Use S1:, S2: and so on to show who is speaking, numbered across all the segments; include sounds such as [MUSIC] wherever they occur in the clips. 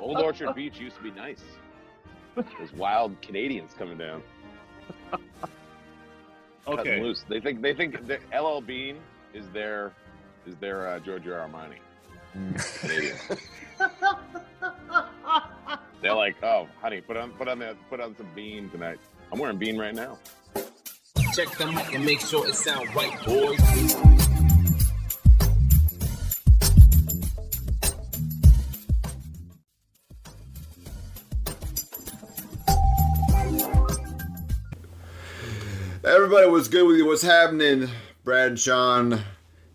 S1: Old Orchard Beach used to be nice. There's wild Canadians coming down, cutting
S2: Okay.
S1: loose. They think they think that LL Bean is their is their uh, Giorgio Armani. Canadian. They're like, oh, honey, put on put on that put on some bean tonight. I'm wearing bean right now.
S3: Check the mic and make sure it sound right, boys.
S4: Everybody, what's good with you? What's happening? Brad and Sean,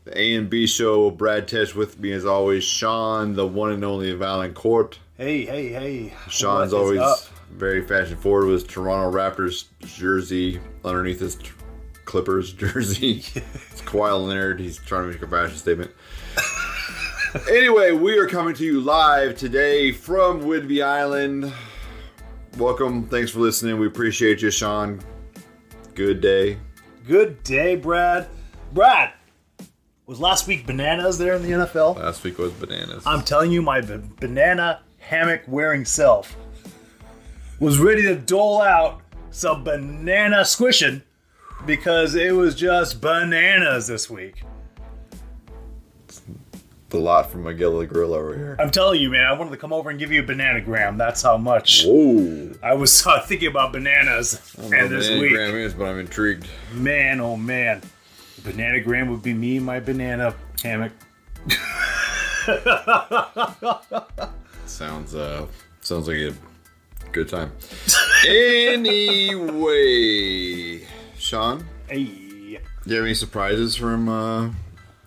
S4: the A and B show. Brad Tesh with me as always. Sean, the one and only Violent Court.
S2: Hey, hey, hey.
S4: Sean's
S2: What is
S4: always
S2: up?
S4: very fashion forward with his Toronto Raptors jersey underneath his t- Clippers [LAUGHS] jersey. it's Kawhi Leonard. He's trying to make a fashion statement. anyway, we are coming to you live today from Whidbey Island. Welcome. Thanks for listening. We appreciate you, Sean. Good day.
S2: Good day, Brad. Brad, was last week bananas there in the NFL?
S4: Last week was bananas.
S2: I'm telling you, my b- banana hammock wearing self was ready to dole out some banana squishing because it was just bananas this week.
S4: the lot from McGilla Grill over here.
S2: I'm telling you, man, I wanted to come over and give you a banana gram. That's how much
S4: Whoa.
S2: I was [LAUGHS] uh, thinking about bananas and this week.
S4: is, but I'm intrigued.
S2: Man, oh man. Banana gram would be me and my banana hammock.
S4: Sounds uh sounds like a good [LAUGHS] time. anyway, Sean,
S2: Hey.
S4: do you have any surprises from uh,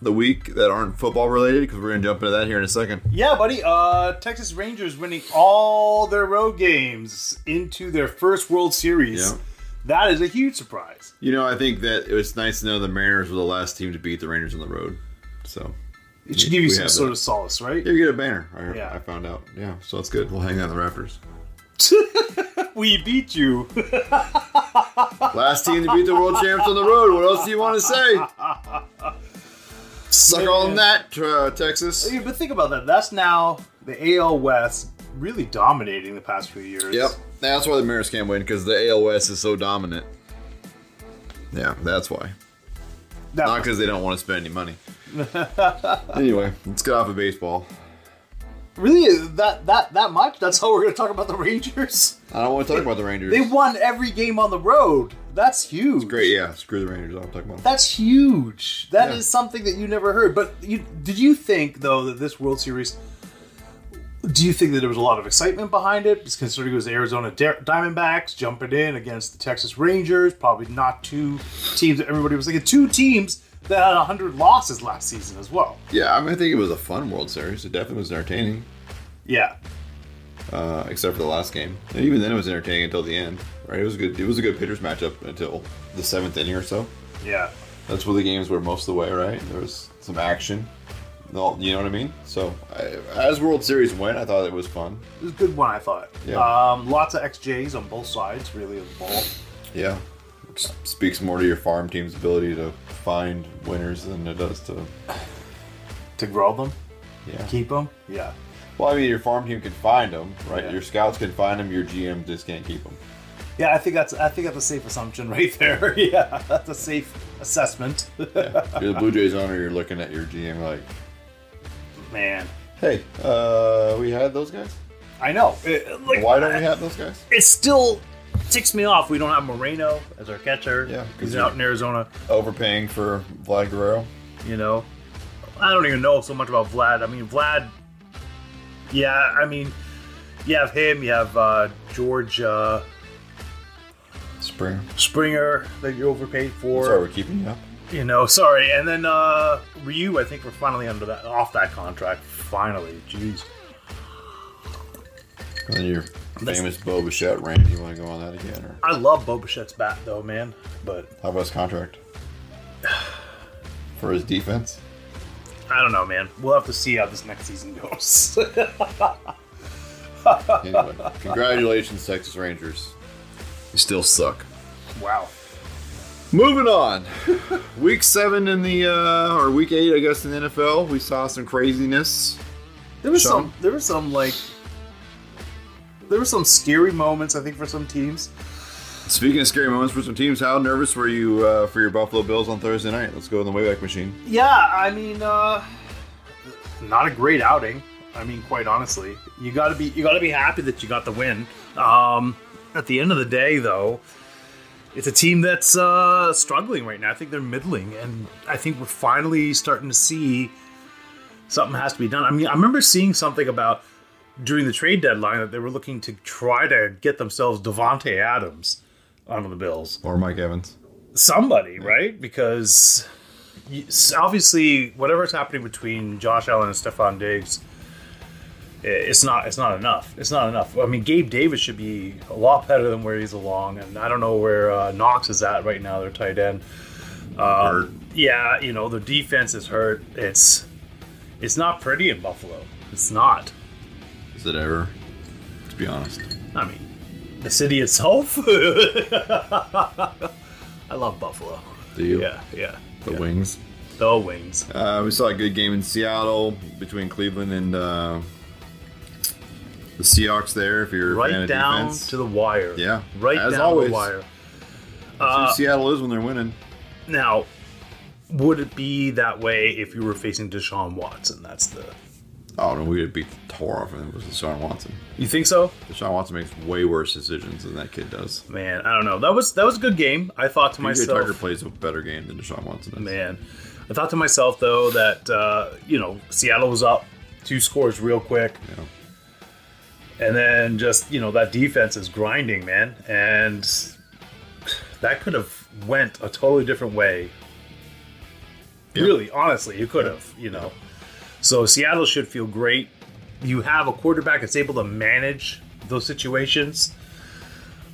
S4: the week that aren't football related? Because we're gonna jump into that here in a second.
S2: Yeah, buddy. Uh, Texas Rangers winning all their road games into their first World Series.
S4: Yeah.
S2: That is a huge surprise.
S4: You know, I think that it was nice to know the Mariners were the last team to beat the Rangers on the road. So
S2: It should give you
S4: We
S2: some
S4: have
S2: sort
S4: that.
S2: of solace, right?
S4: you get a banner. I, heard-
S2: Yeah.
S4: I found out. Yeah, so that's good. We'll hang that on the Raptors.
S2: [LAUGHS] we beat you. [LAUGHS]
S4: Last team to beat the world champs on the road. What else do you want to say? Suck on that, uh, Texas.
S2: but think about that. That's now the AL West really dominating the past few years.
S4: Yep. That's why the Mariners can't win because the AL West is so dominant. Yeah, that's why.
S2: That-
S4: Not because they don't want to spend any money. anyway, let's get off of baseball.
S2: really is that that that much? That's how we're going to talk about the Rangers. [LAUGHS]
S4: I don't want to talk about the Rangers.
S2: They won every game on the road. That's huge.
S4: Great, yeah. Screw the Rangers. I don't talk about them.
S2: That's huge. That is
S4: Yeah.
S2: something that you never heard. But you, did you think though that this World Series? Do you think that there was a lot of excitement behind it? Because considering it was the Arizona Di- Diamondbacks jumping in against the Texas Rangers, probably not two teams that everybody was thinking. Two teams that had hundred losses last season as well.
S4: Yeah, I mean, I think it was a fun World Series. It definitely was entertaining,
S2: Yeah,
S4: uh, except for the last game. And even then, it was entertaining until the end. Right? It was a good. It was a good pitchers matchup until the seventh inning or so.
S2: yeah.
S4: That's where the games were most of the way, right? There was some action. No, you know what I mean? So, I, as World Series went, I thought it was fun.
S2: It was a good one, I thought.
S4: Yeah.
S2: Um, lots of XJs on both sides, really, of the ball.
S4: Yeah. Which speaks more to your farm team's ability to find winners than it does to.
S2: To grow them,
S4: Yeah.
S2: keep them. Yeah.
S4: Well, I mean, your farm team can find them, right?
S2: Yeah.
S4: Your scouts can find them, your GM just can't keep them.
S2: Yeah, I think that's I think that's a safe assumption [LAUGHS] right there. yeah, that's a safe assessment. [LAUGHS]
S4: You're the Blue Jays owner, you're looking at your GM like,
S2: Man,
S4: hey, uh, we had those guys?
S2: I know. It, like,
S4: Why don't we have those guys?
S2: It still ticks me off. We don't have Moreno as our catcher.
S4: Yeah, 'cause
S2: he's
S4: he-
S2: out in Arizona.
S4: Overpaying for Vlad Guerrero?
S2: You know, I don't even know so much about Vlad. I mean, Vlad. Yeah, I mean, you have him. You have uh, George uh,
S4: Springer.
S2: Springer that you overpaid for.
S4: Sorry, we're keeping you up.
S2: You know, sorry. And then uh, Ryu, I think we're finally under that off that contract. Finally, jeez.
S4: And then your famous Bo Bichette rant. You want to go on that again, or
S2: I love Bobichette's bat though, man. But
S4: how about
S2: [SIGHS]
S4: his contract for his defense?
S2: I don't know, man. We'll have to see how this next season goes. [LAUGHS]
S4: Anyway, congratulations, Texas Rangers. You still suck.
S2: wow. [LAUGHS]
S4: Moving on, week seven in the uh, or week eight, I guess, in the NFL, we saw some craziness.
S2: There was
S4: Sean?
S2: some. There were some like. There were some scary moments. I think for some teams.
S4: Speaking of scary moments for some teams, how nervous were you uh, for your Buffalo Bills on Thursday night? Let's go in the Wayback Machine.
S2: Yeah, I mean, uh, not a great outing. I mean, quite honestly, you gotta be you gotta be happy that you got the win. Um, at the end of the day, though, it's a team that's uh, struggling right now. I think they're middling, and I think we're finally starting to see something has to be done. I mean, I remember seeing something about during the trade deadline that they were looking to try to get themselves Devonte Adams onto the Bills
S4: Or Mike Evans.
S2: somebody, right? Because you- s- obviously, whatever's happening between Josh Allen and Stefan Diggs, i- it's not it's not enough. It's not enough. I mean, Gabe Davis should be a lot better than where he's along, and I don't know where uh, Knox is at right now. Their tight end. Uh,
S4: Or
S2: Yeah, you know their defense is hurt. It's it's not pretty in Buffalo. It's not.
S4: is it ever? To be honest.
S2: I mean, the city itself. [LAUGHS] I love Buffalo.
S4: Do you?
S2: Yeah, yeah.
S4: The Wings.
S2: The wings.
S4: Uh, we saw a good game in Seattle between Cleveland and uh, the Seahawks there. If you're a fan
S2: right
S4: of
S2: down
S4: defense.
S2: to the wire.
S4: Yeah,
S2: right
S4: as
S2: down to
S4: always.
S2: the wire.
S4: That's who Seattle is when they're winning.
S2: Now, would it be that way if you were facing Deshaun Watson? That's the.
S4: Oh no, we would have beat the tore off of it was Deshaun Watson.
S2: You think so?
S4: Deshaun Watson makes way worse decisions than that kid does.
S2: Man, I don't know. That was that was a good game. I thought to
S4: PJ
S2: myself,
S4: Tucker plays a better game than Deshaun Watson does.
S2: man, I thought to myself though that uh, you know Seattle was up two scores real quick,
S4: Yeah.
S2: and then just you know that defense is grinding, man, and that could have went a totally different way
S4: Yeah.
S2: Really, honestly, you could have, you know. So Seattle should feel great. You have a quarterback that's able to manage those situations.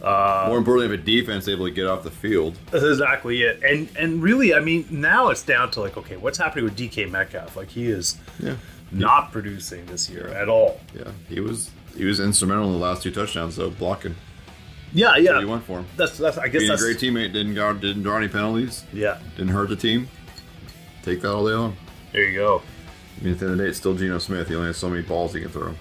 S4: More importantly, if a defense able to get off the field,
S2: That's exactly it. And and really, I mean, now it's down to like, okay, what's happening with DK Metcalf? Like he is
S4: yeah,
S2: not producing this year at all.
S4: yeah, he was he was instrumental in the last two touchdowns though, blocking.
S2: Yeah,
S4: He
S2: yeah.
S4: won for him.
S2: That's that's. I guess
S4: Being a
S2: that's
S4: great teammate, didn't go, didn't draw any penalties,
S2: yeah.
S4: didn't hurt the team. Take that all day long.
S2: There you go.
S4: I mean, at the end of the day, it's still Geno Smith. He only has so many balls he can throw.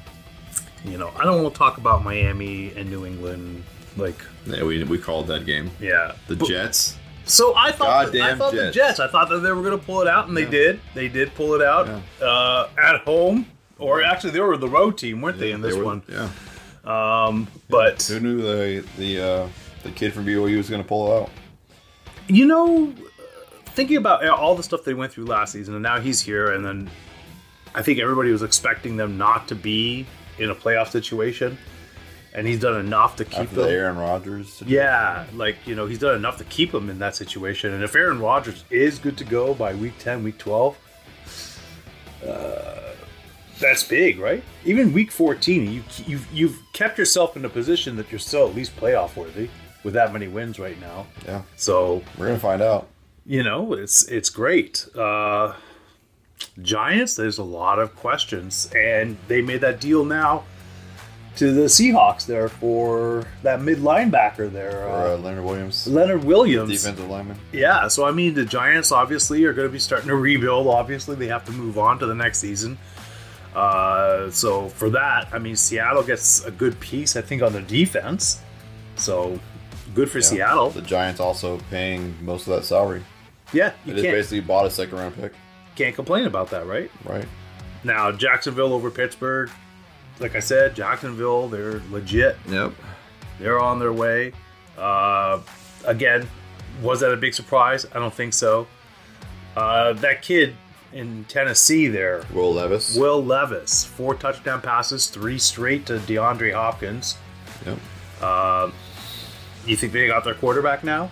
S2: You know, I don't want to talk about Miami and New England. Like,
S4: Yeah, we, we called that game.
S2: yeah,
S4: The
S2: But-
S4: Jets.
S2: So I thought that, I
S4: Goddamn
S2: thought the
S4: Jets.
S2: Jets. I thought that they were going to pull it out, and they did. They did pull it out uh, at home, or actually they were the road team, weren't they? In this
S4: They were- [LAUGHS]
S2: one,
S4: Yeah.
S2: but
S4: Who knew the the uh, the kid from BYU was going to pull out?
S2: you know, thinking about all the stuff they went through last season, and now he's here, and then I think everybody was expecting them not to be in a playoff situation, and he's done enough to keep
S4: After
S2: them.
S4: the Aaron Rodgers.
S2: Yeah, like you know, he's done enough to keep him in that situation. And if Aaron Rodgers is good to go by week ten, week twelve, uh, that's big, right? Even week fourteen, you you've, you've kept yourself in a position that you're still at least playoff worthy with that many wins right now.
S4: Yeah.
S2: So
S4: We're going to find out.
S2: you know, it's it's great. Uh, Giants, there's a lot of questions, and they made that deal now. To the Seahawks, there for that mid linebacker there,
S4: Or, uh, Leonard Williams,
S2: Leonard Williams.
S4: defensive lineman.
S2: Yeah, so I mean, the Giants obviously are going to be starting to rebuild. Obviously, they have to move on to the next season. Uh, so for that, I mean, Seattle gets a good piece, I think, on their defense. So good for Seattle.
S4: The Giants also paying most of that salary.
S2: Yeah,
S4: They
S2: you
S4: just
S2: can't,
S4: basically bought a second round pick,
S2: can't complain about that, right?
S4: right?
S2: Now, Jacksonville over Pittsburgh. Like I said, Jacksonville, they're legit.
S4: Yep.
S2: They're on their way. Uh, again, was that a big surprise? I don't think so. Uh, that kid in Tennessee there,
S4: Will Levis.
S2: Will Levis, four touchdown passes, three straight to DeAndre Hopkins.
S4: Yep.
S2: You think they got their quarterback now?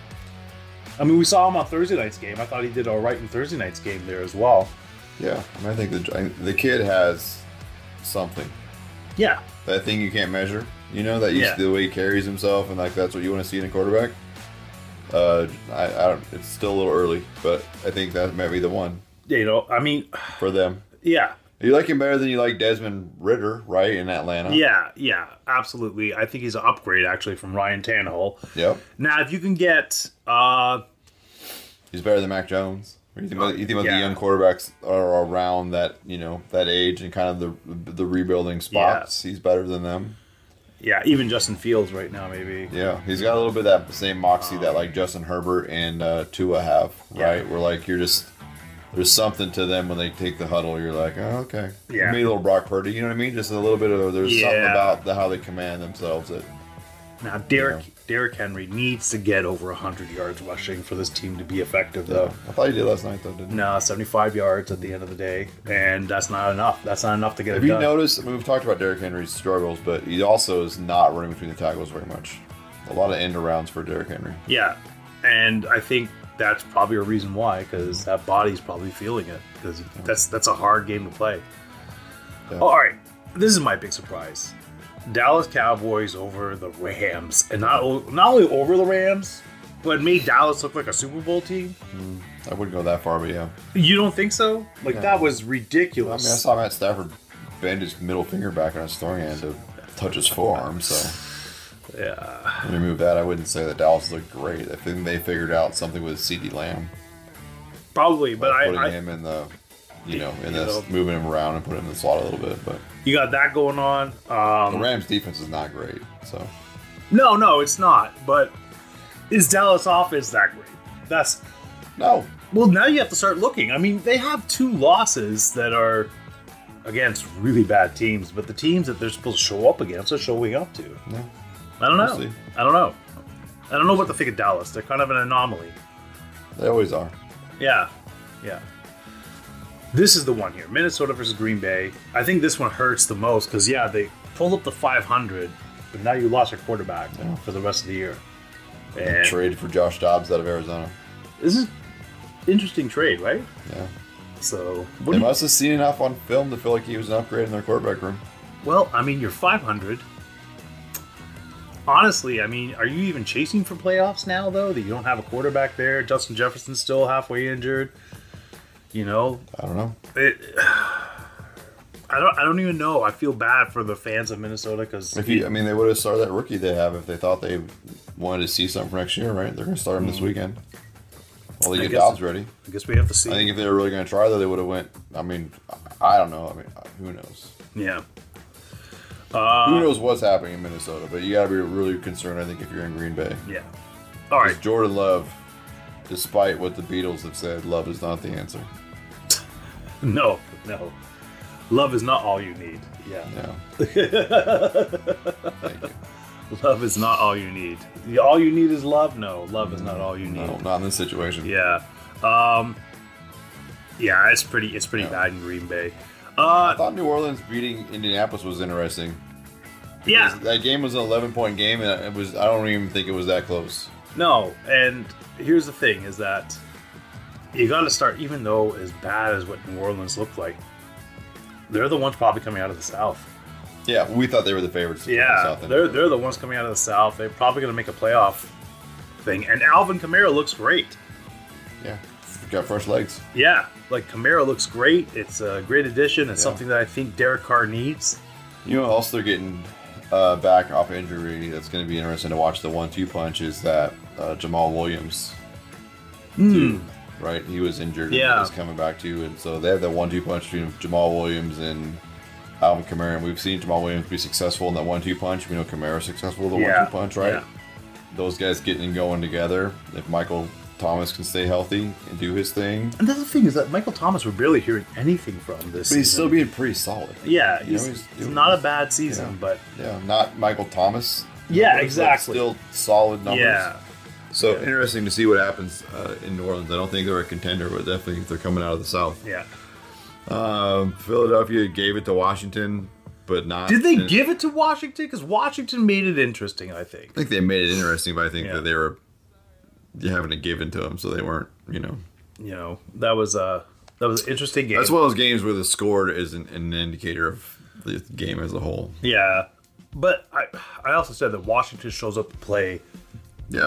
S2: I mean, we saw him on Thursday night's game. I thought he did all right in Thursday night's game there as well.
S4: Yeah. I, mean, I think the Gi- the kid has something.
S2: Yeah,
S4: That thing you can't measure. You know that you
S2: Yeah.
S4: the way he carries himself and like that's what you want to see in a quarterback. Uh, I, I don't. It's still a little early, but I think that might be the one
S2: you know, I mean,
S4: for them.
S2: yeah,
S4: You like him better than you like Desmond Ritter, right? In Atlanta.
S2: yeah, yeah, absolutely. I think he's an upgrade actually from Ryan Tannehill.
S4: Yep.
S2: Now, if you can get, uh,
S4: He's better than Mac Jones. Or You think about, you think about
S2: Yeah.
S4: the young quarterbacks are around that you know that age and kind of the the rebuilding spots. He's better than them.
S2: Yeah, even Justin Fields right now, maybe.
S4: Yeah, he's got a little bit of that same moxie that like Justin Herbert and uh, Tua have,
S2: Yeah.
S4: right? Where like you're just there's something to them when they take the huddle. You're like, oh, okay,
S2: Yeah.
S4: maybe a little Brock Purdy. You know what I mean? Just a little bit of there's something
S2: Yeah.
S4: about the, how they command themselves that
S2: Now, Derek
S4: Yeah.
S2: Derrick Henry needs to get over 100 yards rushing for this team to be effective, though.
S4: uh, I thought you did last night though, didn't you?
S2: No, 75 yards at the end of the day, and that's not enough. That's not enough to get
S4: Have
S2: it
S4: you
S2: done.
S4: noticed? I mean, we've talked about Derrick Henry's struggles, but he also is not running between the tackles very much. A lot of end arounds for Derrick Henry.
S2: Yeah, and I think that's probably a reason why, because that body's probably feeling it, because that's that's a hard game to play.
S4: Yeah.
S2: All right, this is my big surprise: Dallas Cowboys over the Rams, and not o- not only over the Rams, but made Dallas look like a Super Bowl team.
S4: I wouldn't go that far, but yeah.
S2: You don't think so? Like
S4: No.
S2: that was
S4: I mean, I
S2: ridiculous.
S4: saw Matt Stafford bend his middle finger back on his throwing hand to touch his forearm. So
S2: yeah,
S4: when you remove that, I wouldn't say that Dallas looked great. I think they figured out something with C.D. Lamb,
S2: probably, but I,
S4: putting
S2: I
S4: him in the, you know, in
S2: You
S4: this
S2: know.
S4: moving him around and putting him in the slot a little bit. But
S2: you got that going on.
S4: the
S2: Um,
S4: Rams' defense is not great. So
S2: no, no, it's not. But is Dallas offense that great? That's
S4: no,
S2: Well, now you have to start looking. I mean, they have two losses that are against really bad teams, but the teams that they're supposed to show up against are showing up to.
S4: no.
S2: I don't know.
S4: We'll see.
S2: I don't know. I don't know what to think of Dallas. They're kind of an anomaly.
S4: They always are.
S2: Yeah. Yeah. This is the one here Minnesota versus Green Bay. I think this one hurts the most because, yeah, they pulled up the 500, but now you lost your quarterback
S4: Yeah.
S2: for the rest of the year.
S4: They
S2: And
S4: Traded for Josh Dobbs out of Arizona.
S2: this is interesting trade, right?
S4: Yeah.
S2: So, what
S4: They
S2: do you-
S4: must have seen enough on film to feel like he was an upgrade in their quarterback room.
S2: Well, I mean, you're 500. Honestly, I mean, are you even chasing for playoffs now, though, that you don't have a quarterback there? Justin Jefferson's still halfway injured. You know,
S4: I don't know.
S2: it, [SIGHS] I don't. I don't even know. I feel bad for the fans of Minnesota because
S4: If you, I mean, they would have started that rookie they have if they thought they wanted to see something for next year, right? They're going to start him this weekend. Well,
S2: Mm. I
S4: they get
S2: guess-
S4: Dobbs ready.
S2: I guess we have to
S4: I
S2: see.
S4: think if they were really going to try, though, they would have went. I mean, I I don't know. I mean, who knows?
S2: yeah, Uh,
S4: who knows what's happening in Minnesota? But you got to be really concerned. I think if you're in Green Bay,
S2: yeah. All right. [LAUGHS]
S4: Because Jordan Love, despite what the Beatles have said, Love is not the answer.
S2: No, no. Love is not all you need. Yeah. [LAUGHS]
S4: No. Thank you.
S2: Love is not all you need. All you need is love. No, love is not all you need.
S4: No, not in this situation.
S2: Mm. Yeah. Um Yeah, it's pretty it's pretty
S4: Yeah.
S2: bad in Green Bay.
S4: I
S2: Uh
S4: thought New Orleans beating Indianapolis was interesting.
S2: yeah.
S4: That game was an 11 point game, and it was I don't even think it was that close.
S2: No, and here's the thing is that you got to start even though as bad as what New Orleans looked like, they're the ones probably coming out of the south.
S4: Yeah, we thought they were the favorites. to come
S2: Yeah,
S4: south end.
S2: they're they're the ones coming out of the south. They're probably going to make a playoff thing. And Alvin Kamara looks great.
S4: yeah, got fresh legs.
S2: Yeah, like Kamara looks great. It's a great addition. It's
S4: Yeah.
S2: something that I think Derek Carr needs.
S4: You know, also they're getting uh, back off injury. That's going to be interesting to watch. The one-two punch is that uh, Jamal Williams,
S2: Hmm.
S4: dude, right? He was injured.
S2: Yeah.
S4: and he's coming back too, and so they have that one-two punch between Jamal Williams and Alvin Kamara. And we've seen Jamal Williams be successful in that one-two punch. We know Kamara successful with the
S2: Yeah.
S4: one-two punch, right?
S2: Yeah.
S4: Those guys getting and going together. If Michael Thomas can stay healthy and do his thing,
S2: And that's the thing is that Michael Thomas we're barely hearing anything from this.
S4: but he's still
S2: season.
S4: being pretty solid.
S2: yeah,
S4: You know,
S2: he's,
S4: he's
S2: it's
S4: doing-
S2: not a bad season,
S4: yeah.
S2: but
S4: Yeah, not Michael Thomas.
S2: Yeah,
S4: but
S2: exactly.
S4: Still solid numbers.
S2: yeah,
S4: So
S2: Yeah.
S4: interesting to see what happens uh, in New Orleans. I don't think they're a contender, but definitely they're coming out of the South.
S2: yeah.
S4: Um, Philadelphia gave it to Washington, but not.
S2: Did they
S4: and
S2: give it to Washington? Because Washington made it interesting, I think.
S4: I think they made it interesting, but I think
S2: Yeah.
S4: that they were having it given to them, so they weren't. You know,
S2: You know, that was a that was an interesting game.
S4: that's one of those games where the score isn't an indicator of the game as a whole.
S2: yeah, but I I also said that Washington shows up to play.
S4: Yeah,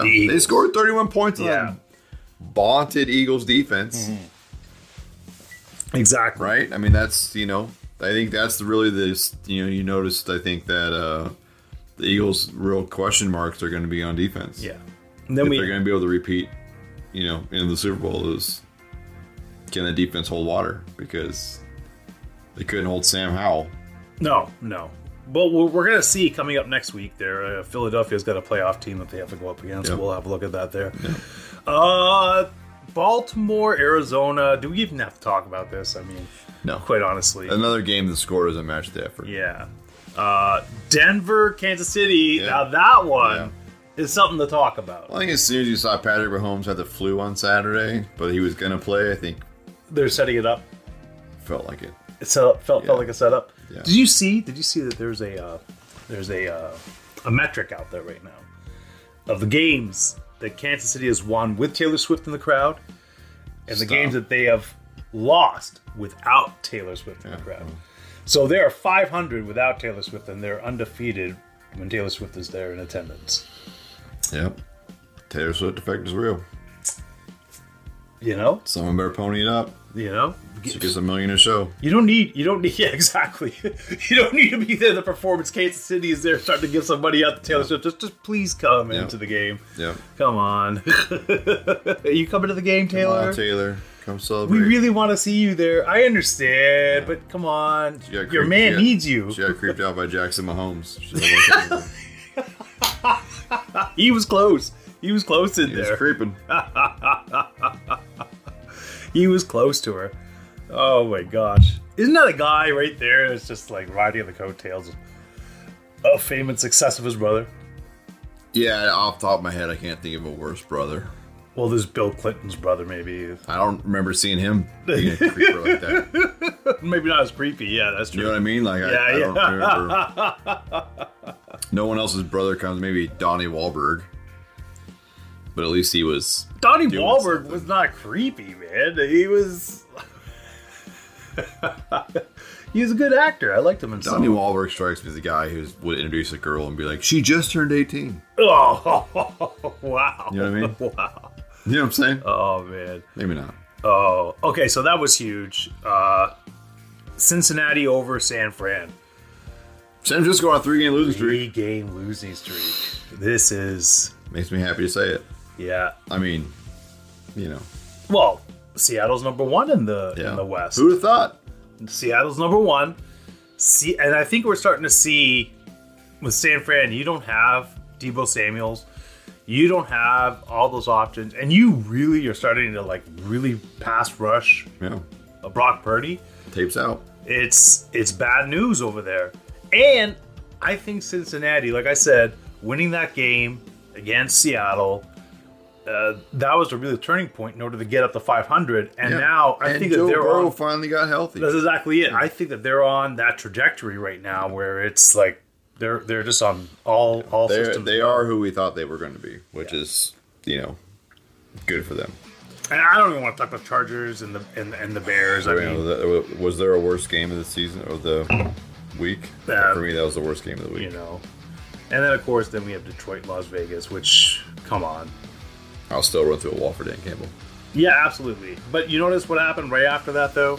S2: The
S4: they
S2: Eagles.
S4: scored 31 points on
S2: Yeah. Mm-hmm.
S4: vaunted Eagles defense.
S2: Exactly.
S4: right? I mean, that's you know, I think that's really this. You know, you noticed. I think that uh, the Eagles' real question marks are going to be on defense.
S2: Yeah. And
S4: if
S2: then
S4: they're
S2: we
S4: going to be able to repeat, you know, in the Super Bowl is can the defense hold water? Because they couldn't hold Sam Howell.
S2: No, no. But we're, we're going to see coming up next week there. Uh, Philadelphia's got a playoff team that they have to go up against.
S4: Yep.
S2: We'll have a look at that there. Uh, Baltimore, Arizona. Do we even have to talk about this? I mean,
S4: No.
S2: quite honestly.
S4: Another game the score doesn't match the effort.
S2: Yeah. Uh, Denver, Kansas City.
S4: Yeah.
S2: Now, that one
S4: Yeah.
S2: is something to talk about.
S4: I think as soon as you saw Patrick Mahomes had the flu on Saturday, but he was going to play, I think
S2: They're setting it up.
S4: felt like it.
S2: It set up, felt, felt
S4: Yeah.
S2: like a setup.
S4: Yeah.
S2: Did you see? Did you see that there's a uh, there's a uh, a metric out there right now of the games that Kansas City has won with Taylor Swift in the crowd, and the
S4: Stop.
S2: games that they have lost without Taylor Swift in the
S4: Yeah.
S2: crowd. So they are 500 without Taylor Swift, and they're undefeated when Taylor Swift is there in attendance.
S4: Yep. Taylor Swift effect is real.
S2: You know,
S4: Someone better pony it up.
S2: you know.
S4: She gets a million a show.
S2: You don't need. You don't need. [LAUGHS] Yeah, exactly. You don't need to be there. The performance. Kansas City is there, starting to give somebody out the Taylor Swift. Just, just please come
S4: Yeah.
S2: into the game.
S4: Yep.
S2: Come on. [LAUGHS] Are you coming to the game, Taylor?
S4: Taylor, Taylor come
S2: we
S4: celebrate.
S2: really want to see you there. I understand, but come on.
S4: She got
S2: Your
S4: creeped-
S2: man
S4: she got-
S2: needs you.
S4: She got creeped out by Jackson Mahomes. She
S2: [LAUGHS]
S4: was like,
S2: He was close. He was close in
S4: he was
S2: there.
S4: creeping.
S2: he was close to her. Oh my gosh. Isn't that a guy right there that's just like riding on the coattails of fame and success of his brother?
S4: Yeah, off the top of my head, I can't think of a worse brother.
S2: Well, there's Bill Clinton's brother, maybe.
S4: I don't remember seeing him being a creeper like that.
S2: Maybe not as creepy. Yeah, that's
S4: You
S2: true.
S4: know what I mean? Like, I,
S2: Yeah,
S4: I don't
S2: yeah.
S4: remember.
S2: [LAUGHS]
S4: No one else's brother comes. Maybe Donnie Wahlberg, but at least he was.
S2: Donnie
S4: doing
S2: Wahlberg was not creepy, man. He was. [LAUGHS] he was a good actor. I liked him in
S4: Donnie
S2: some.
S4: Wahlberg strikes me as the guy who would introduce a girl and be like, "She just turned 18."
S2: [LAUGHS] Oh, wow.
S4: You know what I mean?
S2: [LAUGHS] Wow.
S4: You know what I'm saying?
S2: Oh, man.
S4: Maybe not.
S2: Oh, okay. So that was huge. Uh, Cincinnati over San Fran.
S4: San Francisco on a three-game losing streak.
S2: Three game losing streak. This is,
S4: Makes me happy to say it.
S2: yeah.
S4: I mean, you know,
S2: Well, Seattle's number one in the
S4: yeah.
S2: in the West.
S4: Who'd have thought?
S2: Seattle's number one. See, and I think we're starting to see with San Fran, you don't have Debo Samuel's, you don't have all those options, and you really are starting to like really pass rush
S4: Yeah,
S2: a Brock Purdy.
S4: tapes out.
S2: It's it's bad news over there, and I think Cincinnati, like I said, winning that game against Seattle. Uh, that was a really turning point in order to get up to 500, and
S4: Yeah.
S2: now I
S4: And
S2: think that
S4: Joe
S2: they're
S4: Burrow
S2: on
S4: finally got healthy.
S2: that's exactly it. I think that they're on that trajectory right now where it's like they're they're just on all all
S4: They're,
S2: systems.
S4: they are who we thought they were going to be, which is, you know, good for them.
S2: And I don't even want to talk about Chargers and the and, and the Bears. I
S4: I mean,
S2: mean,
S4: was- was there a worse game of the season or the week?
S2: Yeah.
S4: for me, that was the worst game of the week.
S2: you know. And then of course then we have Detroit, Las Vegas, which come on.
S4: I'll still run through a wall for Dan Campbell.
S2: Yeah, absolutely. But you notice what happened right after that though?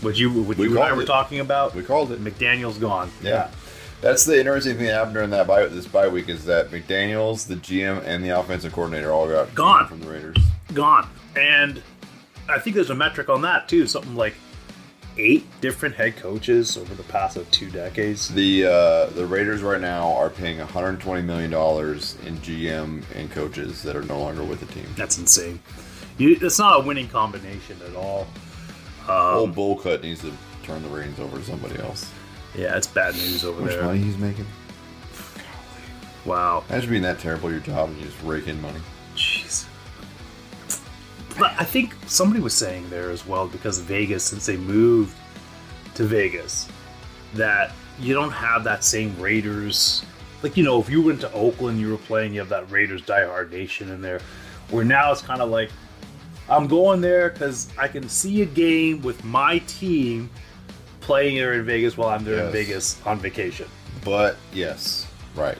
S2: What you what
S4: We
S2: you and I
S4: called
S2: were
S4: it.
S2: talking about?
S4: We called it.
S2: McDaniel's gone.
S4: That's the interesting thing that happened during that bye, this bye week is that McDaniels, the GM, and the offensive coordinator all got
S2: Gone.
S4: from the Raiders.
S2: gone. And I think there's a metric on that too, something like eight different head coaches over the past of two decades.
S4: The uh, the Raiders right now are paying 120 million dollars in GM and coaches that are no longer with the team.
S2: That's insane. You, it's not a winning combination at all. Um,
S4: Old bull cut needs to turn the reins over to somebody else.
S2: Yeah, it's bad news over
S4: How much
S2: there.
S4: money he's making?
S2: Wow.
S4: Imagine being that terrible at your job and you just rake in money.
S2: Jeez. But I think somebody was saying there as well because Vegas, since they moved to Vegas, that you don't have that same Raiders. Like, you know, if you went to Oakland, you were playing, you have that Raiders diehard nation in there. Where now it's kind of like, I'm going there because I can see a game with my team playing there in Vegas while I'm there in
S4: Yes.
S2: Vegas on vacation.
S4: But yes, right.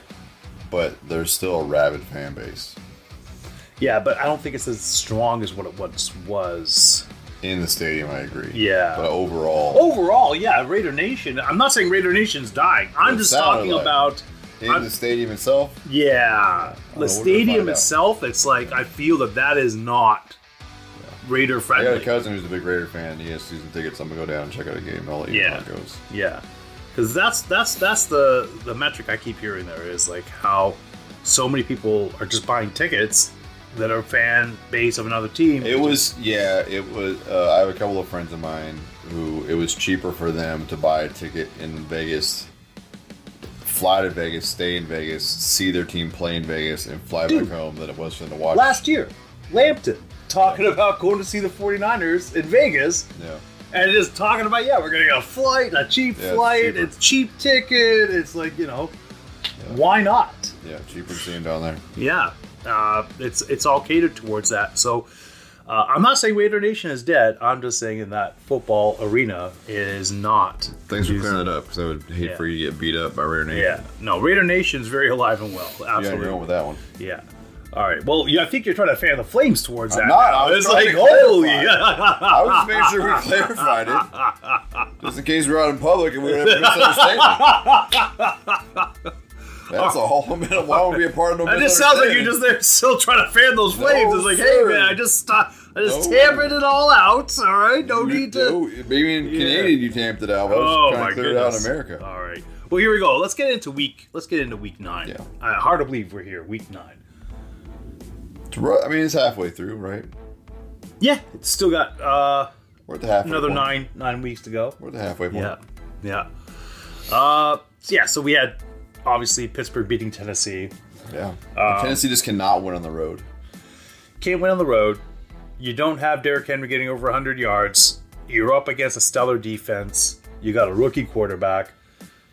S4: But there's still a rabid fan base
S2: Yeah, but I don't think it's as strong as what it once was.
S4: in the stadium. I agree.
S2: Yeah. Oh,
S4: But overall,
S2: overall, yeah, Raider Nation. I'm not saying Raider Nation's dying. I'm
S4: It
S2: just
S4: sounded
S2: talking
S4: like-
S2: about
S4: in
S2: I'm-
S4: the stadium itself,
S2: yeah,
S4: we're gonna
S2: the stadium
S4: find out.
S2: itself. It's like I feel that that is not Raider
S4: I got a
S2: friendly.
S4: cousin who's a big Raider fan. He has season tickets. I'm gonna go down and check out a game. I'll let you know how
S2: Yeah.
S4: it goes.
S2: Yeah, because that's that's that's the the metric I keep hearing there is like how so many people are just buying tickets that are fan base of another team.
S4: It was yeah. It was. Uh, I have a couple of friends of mine who it was cheaper for them to buy a ticket in Vegas, fly to Vegas, stay in Vegas, see their team play in Vegas, and fly
S2: Dude.
S4: back home than it was for them to watch.
S2: last year. Lampton talking about going to see the 49ers in Vegas
S4: yeah.
S2: and just talking about yeah, we're gonna get a flight, a cheap
S4: Yeah, it's
S2: flight,
S4: cheaper.
S2: it's cheap ticket. It's like you know, why not?
S4: Yeah, cheaper seeing down there.
S2: Yeah, uh, it's it's all catered towards that. So uh, I'm not saying Raider Nation is dead. I'm just saying in that football arena is not.
S4: Thanks for clearing that up because I would hate
S2: Yeah.
S4: for you to get beat up by Raider Nation.
S2: Yeah, no, Raider Nation's very alive and well.
S4: yeah, you're
S2: Absolutely.
S4: going with that one.
S2: Yeah. All right. Well, yeah, I think you're trying to fan the flames towards that.
S4: I'm not. I
S2: now.
S4: was
S2: it's
S4: trying
S2: like
S4: to
S2: holy. [LAUGHS]
S4: I was just making sure we clarified it, just in case we're out in public and we have a misunderstanding. That's all. I mean, why would we be a part of no
S2: It just sounds like you're just there still trying to fan those flames. it's like,
S4: sir.
S2: hey man, I just stopped, I just
S4: No.
S2: tampered it all out. All right, no need to.
S4: No, maybe in
S2: Yeah.
S4: Canadian you tamped it out. But I was
S2: Oh
S4: trying
S2: my
S4: to clear
S2: goodness!
S4: it out in America.
S2: All right. Well, here we go. Let's get into week. Let's get into week nine.
S4: Yeah.
S2: Uh, hard to believe we're here. Week nine.
S4: It's ru- I mean, it's halfway through, right?
S2: Yeah, it's still got uh,
S4: We're at the halfway.
S2: another
S4: point.
S2: nine nine weeks to go.
S4: We're at the halfway point.
S2: Yeah, yeah. Uh, yeah. So we had obviously Pittsburgh beating Tennessee.
S4: Yeah.
S2: Uh,
S4: Tennessee just cannot win on the road.
S2: Can't win on the road. You don't have Derrick Henry getting over 100 yards. You're up against a stellar defense. You got a rookie quarterback.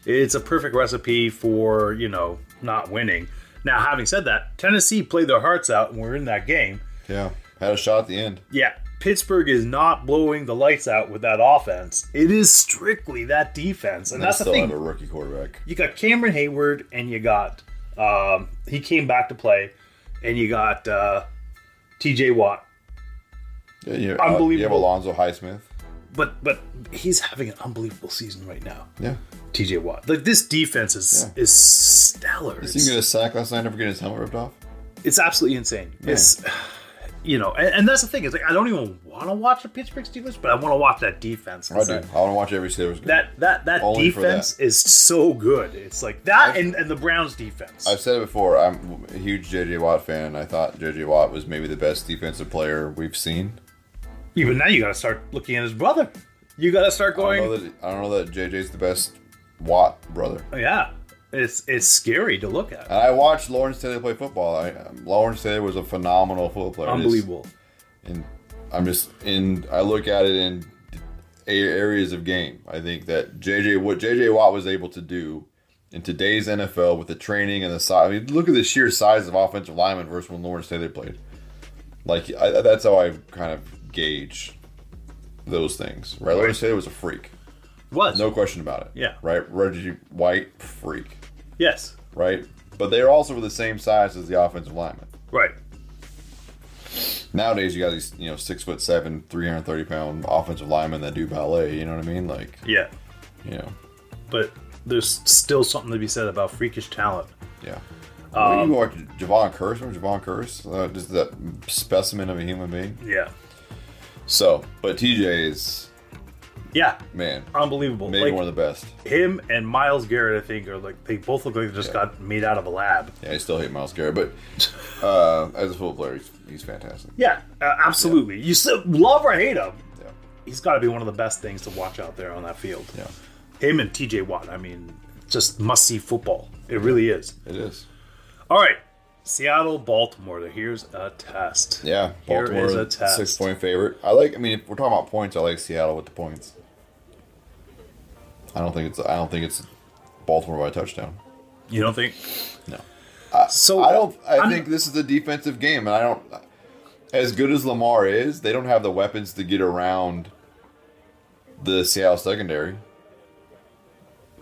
S2: It's a perfect recipe for, you know, not winning. Now, having said that, Tennessee played their hearts out and were in that game.
S4: Yeah. Had a shot at the end.
S2: Yeah, Pittsburgh is not blowing the lights out with that offense. It is strictly that defense. And
S4: They
S2: that's the
S4: still
S2: thing
S4: have a rookie quarterback.
S2: you got Cameron Hayward and you got um, he came back to play, and you got uh, T.J. Watt.
S4: Yeah, you,
S2: Unbelievable.
S4: Uh, you have Alonzo Highsmith.
S2: But but he's having an unbelievable season right now.
S4: Yeah.
S2: T.J. Watt, like this defense is is stellar.
S4: Did you
S2: It's,
S4: get a sack last night? Never get his helmet ripped off.
S2: it's absolutely insane. It's [SIGHS] you know, and, and that's the thing. It's like I don't even want to watch the Pittsburgh Steelers, but I want to watch that defense.
S4: I
S2: 'cause
S4: do. I
S2: that-
S4: want to watch every Steelers game.
S2: That that that
S4: Only for
S2: defense is so good. It's like that and, and the Browns defense.
S4: I've said it before. I'm a huge JJ Watt fan. I thought JJ Watt was maybe the best defensive player we've seen.
S2: Even now, you got to start looking at his brother. You got to start
S4: I
S2: going.
S4: don't know that, I don't know that JJ's the best Watt brother.
S2: Yeah, it's it's scary to look at.
S4: And I watched Lawrence Taylor play football. I, um, Lawrence Taylor was a phenomenal football player. I just-
S2: Unbelievable.
S4: and I'm just in. I look at it in a- areas of game. I think that JJ what JJ Watt was able to do in today's NFL with the training and the size. I mean, look at the sheer size of offensive linemen versus when Lawrence Taylor played. Like I, that's how I kind of gauge those things. Right, Lawrence Taylor was a freak,
S2: Was
S4: no question about it.
S2: Yeah.
S4: right, Reggie White freak,
S2: yes,
S4: right, but they are also the same size as the offensive linemen.
S2: right.
S4: Nowadays, you got these, you know, six foot seven, 330 pound offensive linemen that do ballet. You know what I mean? Like,
S2: Yeah,
S4: you know,
S2: but there's still something to be said about freakish talent.
S4: yeah. Well,
S2: Um,
S4: you watch Javon Curse, remember Javon Curse? Uh, just that specimen of a human being.
S2: Yeah,
S4: So, but TJ is,
S2: yeah,
S4: man,
S2: unbelievable.
S4: maybe
S2: Uh, like
S4: one of the best.
S2: him and Miles Garrett, I think, are like they both look like they just
S4: Yeah.
S2: got made out of a lab.
S4: Yeah, I still hate Miles
S2: [LAUGHS]
S4: Garrett, but uh, as a football player, he's, he's fantastic.
S2: Yeah, uh, absolutely. You still love or hate him.
S4: Yeah.
S2: He's got to be one of the best things to watch out there on that field.
S4: Yeah.
S2: Him and T.J. Watt. I mean, just must see football. It really is.
S4: It is.
S2: All right, Seattle, Baltimore. Here's a test.
S4: Yeah.
S2: Here
S4: Baltimore,
S2: is a test.
S4: six point favorite. I like, I mean, if we're talking about points, I like Seattle with the points. I don't think it's, I don't think it's Baltimore by a touchdown.
S2: You don't think?
S4: No.
S2: So
S4: I don't. I
S2: Oh, I'm-
S4: think this is a defensive game, and I don't. As good as Lamar is, they don't have the weapons to get around the Seattle secondary.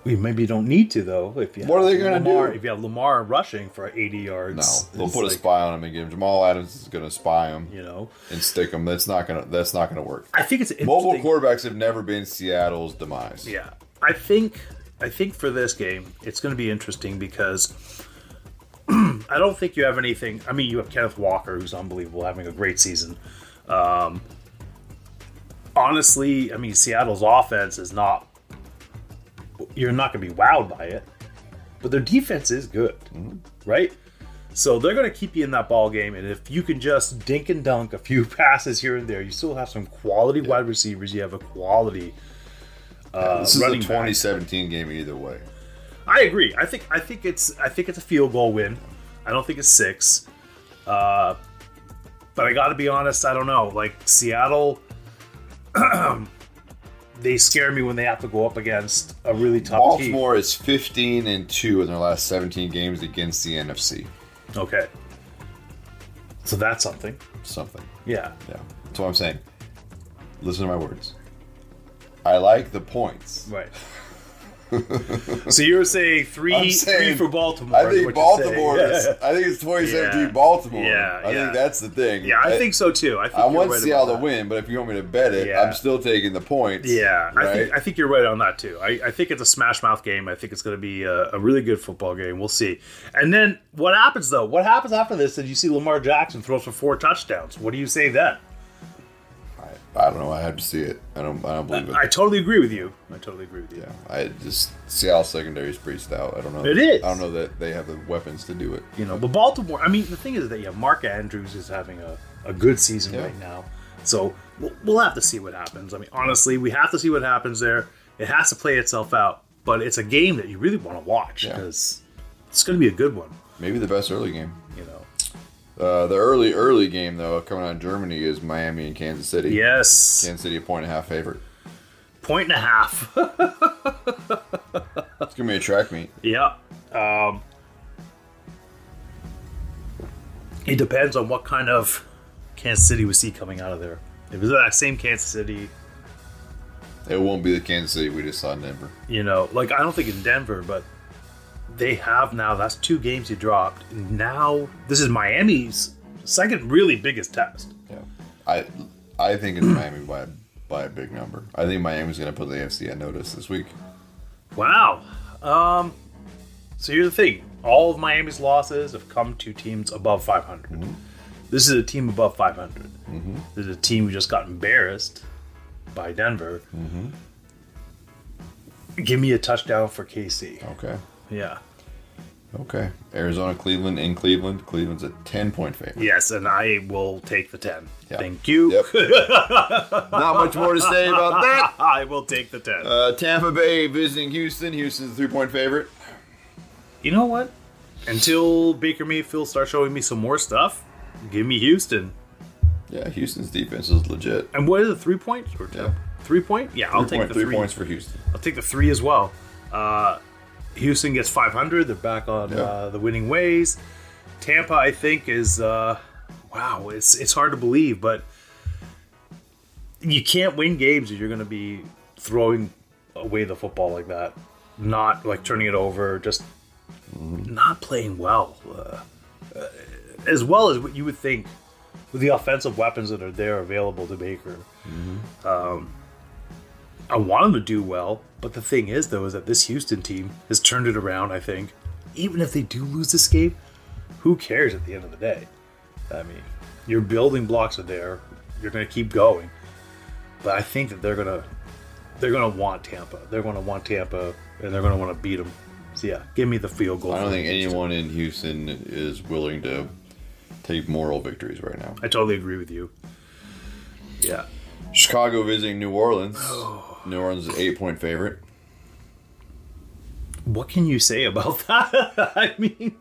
S2: we maybe don't need to though. If you
S4: What
S2: have
S4: are they gonna
S2: Lamar-
S4: do?
S2: If you have Lamar rushing for eighty yards,
S4: No, they'll
S2: it's
S4: put a
S2: like,
S4: spy on him and get him. Jamal Adams is going to spy him
S2: You know,
S4: and stick him. That's not going to. That's not going to work.
S2: I think it's an
S4: Mobile
S2: interesting-
S4: quarterbacks have never been Seattle's demise.
S2: Yeah, I think I think for this game it's going to be interesting because [CLEARS THROAT] I don't think you have anything. I mean, you have Kenneth Walker, who's unbelievable, having a great season. Um, honestly, I mean, Seattle's offense is not. You're not going to be wowed by it, but their defense is good,
S4: Mm-hmm.
S2: right? So they're going to keep you in that ball game, and if you can just dink and dunk a few [LAUGHS] passes here and there, you still have some quality wide receivers. You have a quality. Uh,
S4: This is the
S2: running back.
S4: 2017 game either way.
S2: I agree. I think I think it's I think it's a field goal win. I don't think it's six. Uh, but I got to be honest. I don't know. Like Seattle, [CLEARS THROAT] they scare me when they have to go up against a really tough
S4: Baltimore is 15 and two in their last 17 games against the NFC.
S2: team. Okay, so that's something.
S4: Something.
S2: Yeah.
S4: Yeah, that's what I'm saying. Listen to my words. I like
S2: [LAUGHS]
S4: the points.
S2: Right. so you were saying three,
S4: I'm saying-
S2: three for Baltimore.
S4: I
S2: is what
S4: think
S2: you're saying.
S4: Baltimore. Is, I think it's 2017
S2: Yeah.
S4: Baltimore.
S2: Yeah,
S4: I
S2: yeah.
S4: think that's the thing.
S2: Yeah, I think so too. I, think
S4: I
S2: you're
S4: want
S2: right about
S4: Seattle to
S2: that.
S4: win, but if you want me to bet it,
S2: Yeah.
S4: I'm still taking the points.
S2: Yeah, I
S4: right.
S2: think I think you're right on that too. I, I think it's a smash mouth game. I think it's going to be a, a really good football game. We'll see. And then what happens though? What happens after this? Did you see Lamar Jackson throws for four touchdowns? What do you say then?
S4: I don't know. I have to see it. I don't. I don't believe it.
S2: I totally agree with you. I totally agree with you.
S4: yeah, I just Seattle secondary is pretty stout. I don't know.
S2: It is.
S4: I don't know that they have the weapons to do it.
S2: You know, but Baltimore. I mean, the thing is that yeah, Mark Andrews is having a, a good season
S4: Yeah.
S2: right now. So we'll, we'll have to see what happens. I mean, honestly, we have to see what happens there. It has to play itself out, but it's a game that you really want to watch
S4: Yeah.
S2: because it's going to be a good one.
S4: Maybe the best early game.
S2: You know.
S4: Uh, the early early game though coming out of Germany is Miami and Kansas City.
S2: Yes.
S4: Kansas City a point and a half favorite.
S2: point and a
S4: [LAUGHS]
S2: half.
S4: It's gonna be a track meet.
S2: yeah. Um, it depends on what kind of Kansas City we see coming out of there. If it's that same Kansas City,
S4: It won't be the Kansas City we just saw in Denver.
S2: you know, like I don't think in Denver, but they have now. That's two games you dropped. Now this is Miami's second really biggest test.
S4: Yeah, I I think it's Miami by by a big number. I think Miami's gonna put the AFC on notice this week.
S2: Wow. Um, so here's the thing: all of Miami's losses have come to teams above 500. This is a team above 500. This is a team who just got embarrassed by Denver. Give me a touchdown for KC.
S4: Okay.
S2: Yeah.
S4: Okay. Arizona, Cleveland in Cleveland. Cleveland's a ten point favorite.
S2: Yes, and I will take the 10.
S4: Yeah.
S2: Thank you. [LAUGHS]
S4: Not much more to say about that.
S2: I will take the 10.
S4: Uh, Tampa Bay visiting Houston. Houston's a three point favorite.
S2: you know what? Until Baker Mayfield starts showing me some more stuff, give me Houston.
S4: Yeah, Houston's defense is legit.
S2: And what is it? Three points or two?
S4: Yeah.
S2: Three point? Yeah, I'll take
S4: Three point-
S2: the
S4: three
S2: three.
S4: points for Houston.
S2: I'll take the three as well. Uh, Houston gets 500. They're back on
S4: Yeah.
S2: uh, the winning ways. Tampa, I think, is uh, wow. It's it's hard to believe, but you can't win games if you're going to be throwing away the football like that, not like turning it over, just not playing well, uh, uh, as well as what you would think with the offensive weapons that are there available to Baker.
S4: Mm-hmm.
S2: Um, I want him to do well, but the thing is, though, is that this Houston team has turned it around. I think, even if they do lose this game, who cares at the end of the day? I mean, your building blocks are there. You're going to keep going, but I think that they're going to they're going to want Tampa. They're going to want Tampa, and they're going to want to beat them. So yeah, give me the field goal.
S4: I don't
S2: for
S4: think
S2: Houston.
S4: anyone in Houston is willing to take moral victories right now.
S2: I totally agree with you. Yeah,
S4: Chicago visiting
S2: [SIGHS]
S4: New Orleans. New Orleans is an eight point favorite.
S2: what can you say about [LAUGHS] that? I mean,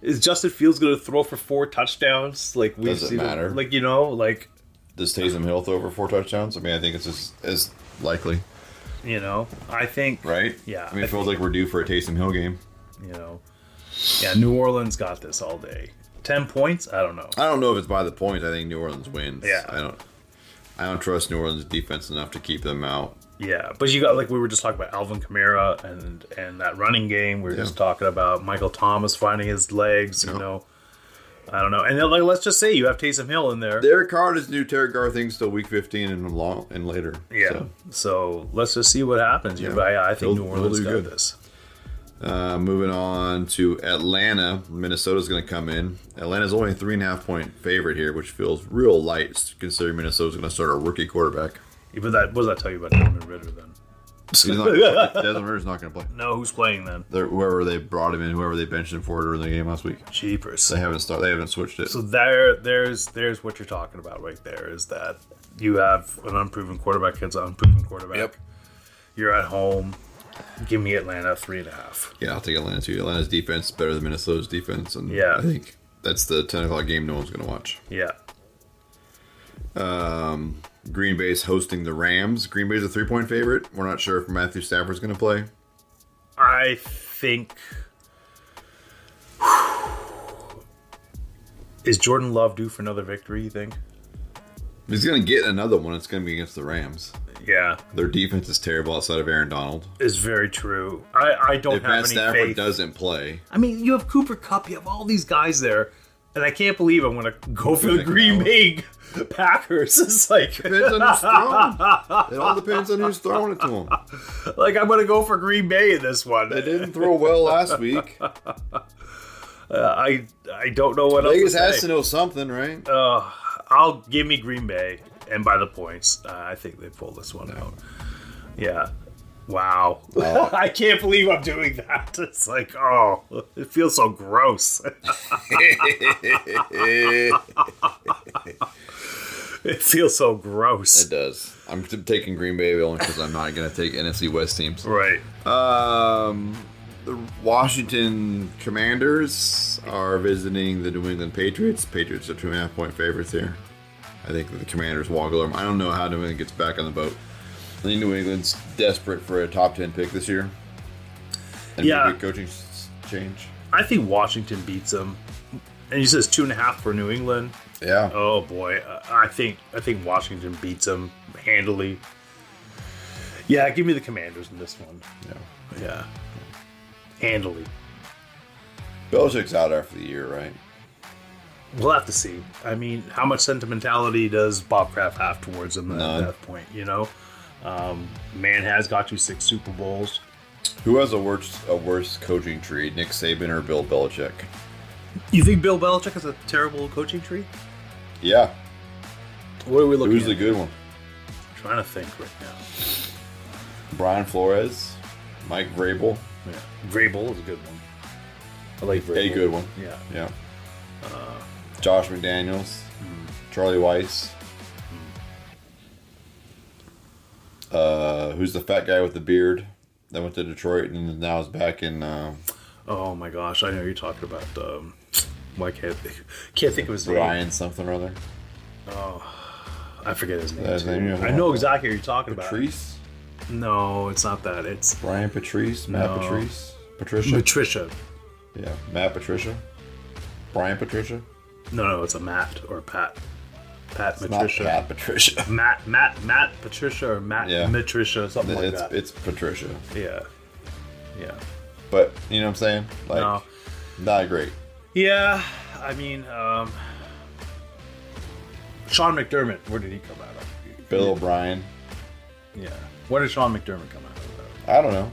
S2: is Justin Fields going to throw for four touchdowns? Like we
S4: Does it matter?
S2: Like you know, like
S4: Does Taysom Hill throw over four touchdowns? I mean, I think it's as, as likely,
S2: you know, I think
S4: right?
S2: Yeah,
S4: I mean,
S2: I
S4: it feels like we're due for a Taysom Hill game.
S2: you know, yeah, New Orleans got this all day. Ten points? I don't know.
S4: I don't know if it's by the points. I think New Orleans wins.
S2: Yeah.
S4: I don't. I don't trust New Orleans defense enough to keep them out.
S2: Yeah, but you got like we were just talking about Alvin Kamara and and that running game. We were just talking about Michael Thomas finding his legs. You
S4: Yeah.
S2: know, I don't know. And then, like, let's just say you have Taysom Hill in there.
S4: Derek Carr is new Derek Carr things till week 15 and long and later.
S2: Yeah. So,
S4: So,
S2: let's just see what happens. Yeah.
S4: Yeah.
S2: I, I think
S4: He'll-
S2: New
S4: he'll
S2: Orleans
S4: do
S2: got
S4: good.
S2: this.
S4: Uh, moving on to Atlanta. Minnesota's going to come in. Atlanta's only a three and a half point favorite here, which feels real light considering Minnesota's going to start a rookie quarterback.
S2: Even that, what does that tell you about Norman Ritter then?
S4: He's not, [LAUGHS] Desmond Ritter's not going to play.
S2: No, who's playing then?
S4: They're, whoever they brought him in, whoever they benched him for during the game last week,
S2: Cheapers.
S4: they haven't start, They haven't switched it.
S2: So there, there's there's what you're talking about right there. Is that you have an unproven quarterback? It's an unproven quarterback.
S4: Yep.
S2: You're at home. Give me Atlanta three and a half.
S4: Yeah, I'll take Atlanta too. Atlanta's defense is better than Minnesota's defense, and
S2: Yeah.
S4: I think that's the ten o'clock game no one's going to watch.
S2: Yeah.
S4: Green Bay's hosting the Rams. Green Bay's a three point favorite. We're not sure if Matthew Stafford's going to play.
S2: I think. Is Jordan Love due for another victory? You think?
S4: He's going to get another one. It's going to be against the Rams.
S2: Yeah,
S4: Their defense is terrible outside of Aaron Donald.
S2: is very true. I, I don't
S4: If
S2: have
S4: Matt
S2: any
S4: Stafford
S2: faith.
S4: doesn't play,
S2: I mean, you have Cooper Cup, you have all these guys there, and I can't believe I'm gonna go for the
S4: Like,
S2: Green
S4: no.
S2: Bay [LAUGHS] Packers. It's like,
S4: depends on who's
S2: [LAUGHS]
S4: throwing. It all depends on who's throwing it to him.
S2: like I'm gonna go for Green Bay in this one.
S4: They didn't throw well
S2: [LAUGHS]
S4: last week.
S2: Uh, I I don't know what else
S4: Vegas
S2: to
S4: has
S2: say.
S4: to know something, right?
S2: Uh, I'll give me Green Bay, and by the points, uh, I think they pull this one out. Yeah. Wow.
S4: Wow.
S2: [LAUGHS] I can't believe I'm doing that. It's like, oh, it feels so gross.
S4: [LAUGHS]
S2: [LAUGHS]
S4: it
S2: it feels so gross.
S4: does. I'm t- taking Green Bay only because I'm not going to take NFC West teams.
S2: Right.
S4: Um, the Washington Commanders are visiting the New England Patriots. Patriots are two and a half point favorites here. I think the Commanders walk over them. I don't know how New England gets back on the boat. I think New England's desperate for a top ten pick this year. And
S2: Yeah.
S4: maybe a coaching s- change.
S2: I think Washington beats them. And he says two and a half for New England.
S4: Yeah.
S2: Oh boy, I I think I think Washington beats them handily. Yeah, give me the Commanders in this one.
S4: yeah.
S2: Yeah, handily.
S4: Belichick's out after the year, right?
S2: We'll have to see. I mean, how much sentimentality does Bob Kraft have towards him at
S4: None.
S2: that point? You know, um, man has got you six Super Bowls.
S4: Who has a worse a worse coaching tree, Nick Saban or Bill Belichick?
S2: You think Bill Belichick is a terrible coaching tree?
S4: Yeah.
S2: What are we looking
S4: Who's
S2: at?
S4: the good one?
S2: Trying to think right now.
S4: Brian Flores, Mike Vrabel,
S2: Yeah. Vrabel is a good one. I like Vrabel.
S4: a good one.
S2: Yeah.
S4: Yeah.
S2: Uh,
S4: Josh McDaniels,
S2: mm.
S4: Charlie Weiss.
S2: Mm.
S4: Uh, who's the fat guy with the beard that went to Detroit and now is back in? Uh,
S2: Oh my gosh, I know you're talking about. Um, [SNIFFS] why can't I think, can't think of his name?
S4: Ryan something or other.
S2: I forget his name.
S4: That's
S2: too.
S4: the name of-
S2: I know exactly what you're talking
S4: Patrice,
S2: about. No, it's not that. It's
S4: Brian Patrice, Matt
S2: No.
S4: Patrice, Patricia.
S2: Patricia.
S4: yeah, Matt Patricia, Brian Patricia,
S2: No, no, it's a Matt or Pat. Pat Patricia.
S4: not Pat Patricia.
S2: Matt, Matt, Matt Patricia or Matt
S4: Yeah.
S2: Matricia, [LAUGHS] something like
S4: it's
S2: that.
S4: it's Patricia,
S2: yeah, yeah,
S4: but you know what I'm saying? Like,
S2: No.
S4: not great.
S2: yeah. I mean, um, Sean McDermott. Where did he come out of?
S4: Bill O'Brien.
S2: Yeah. Where did Sean McDermott come out of?
S4: I don't know.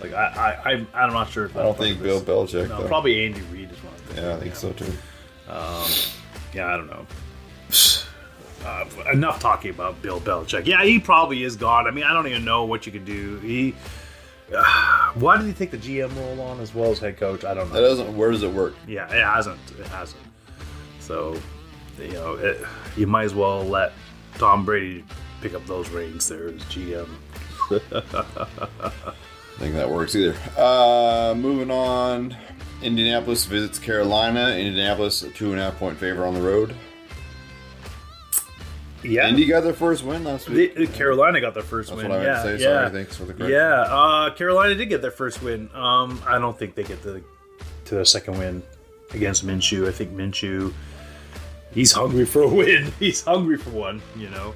S2: Like, I, I, I'm, I'm not sure. If
S4: I don't think Bill Belichick.
S2: No,
S4: though.
S2: probably Andy Reid is one. Of
S4: Yeah, I think so too.
S2: Yeah, I don't know. Uh, enough talking about Bill Belichick. Yeah, he probably is gone. I mean, I don't even know what you could do. He. uh, why did he take the GM role on as well as head coach? I don't
S4: That
S2: know.
S4: doesn't. Where does it work?
S2: Yeah, it hasn't. It hasn't. So, you know, it, you might as well let Tom Brady pick up those reins there as GM.
S4: I think that works either. Uh, moving on. Indianapolis visits Carolina. Indianapolis a two and a half point favor on the road.
S2: Yeah.
S4: Indy got their first win last
S2: The-
S4: week.
S2: the uh, Carolina got their first
S4: That's
S2: win.
S4: what I meant
S2: yeah,
S4: to say.
S2: yeah.
S4: Sorry, thanks for the correction.
S2: Yeah, uh, Carolina did get their first win. Um, I don't think they get the to their second win against Minshew. I think Minshew, he's hungry for a win. [LAUGHS] He's hungry for one, you know.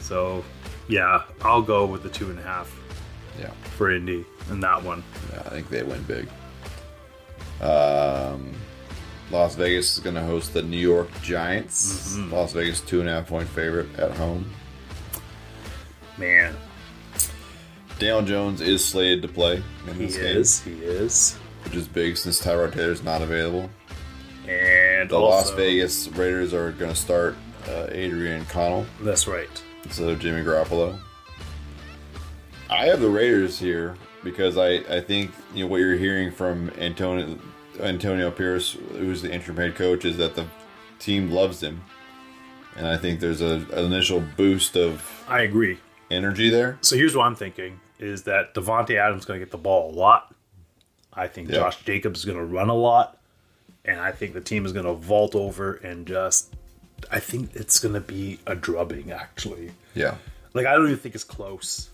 S2: So, yeah, I'll go with the two and a half
S4: yeah,
S2: for Indy in that one.
S4: yeah. I think they win big. Um, Las Vegas is going to host the New York Giants. Las Vegas two and a half point favorite at home.
S2: Man,
S4: Daniel Jones is slated to play in
S2: He
S4: this game,
S2: is. He is.
S4: which is big since Tyrod Taylor's not available.
S2: And
S4: The
S2: also,
S4: Las Vegas Raiders are going to start uh, Adrian Connell
S2: That's right.
S4: instead of Jimmy Garoppolo. I have the Raiders here because I, I think you know what you're hearing from Antonio Antonio Pierce, who's the interim head coach, is that the team loves him, and I think there's a, an initial boost of
S2: I agree.
S4: energy there.
S2: So here's what I'm thinking is that Devontae Adams is going to get the ball a lot. I think
S4: Yeah.
S2: Josh Jacobs is going to run a lot. And I think the team is going to vault over and just. I think it's going to be a drubbing, actually.
S4: Yeah,
S2: Like, I don't even think it's close.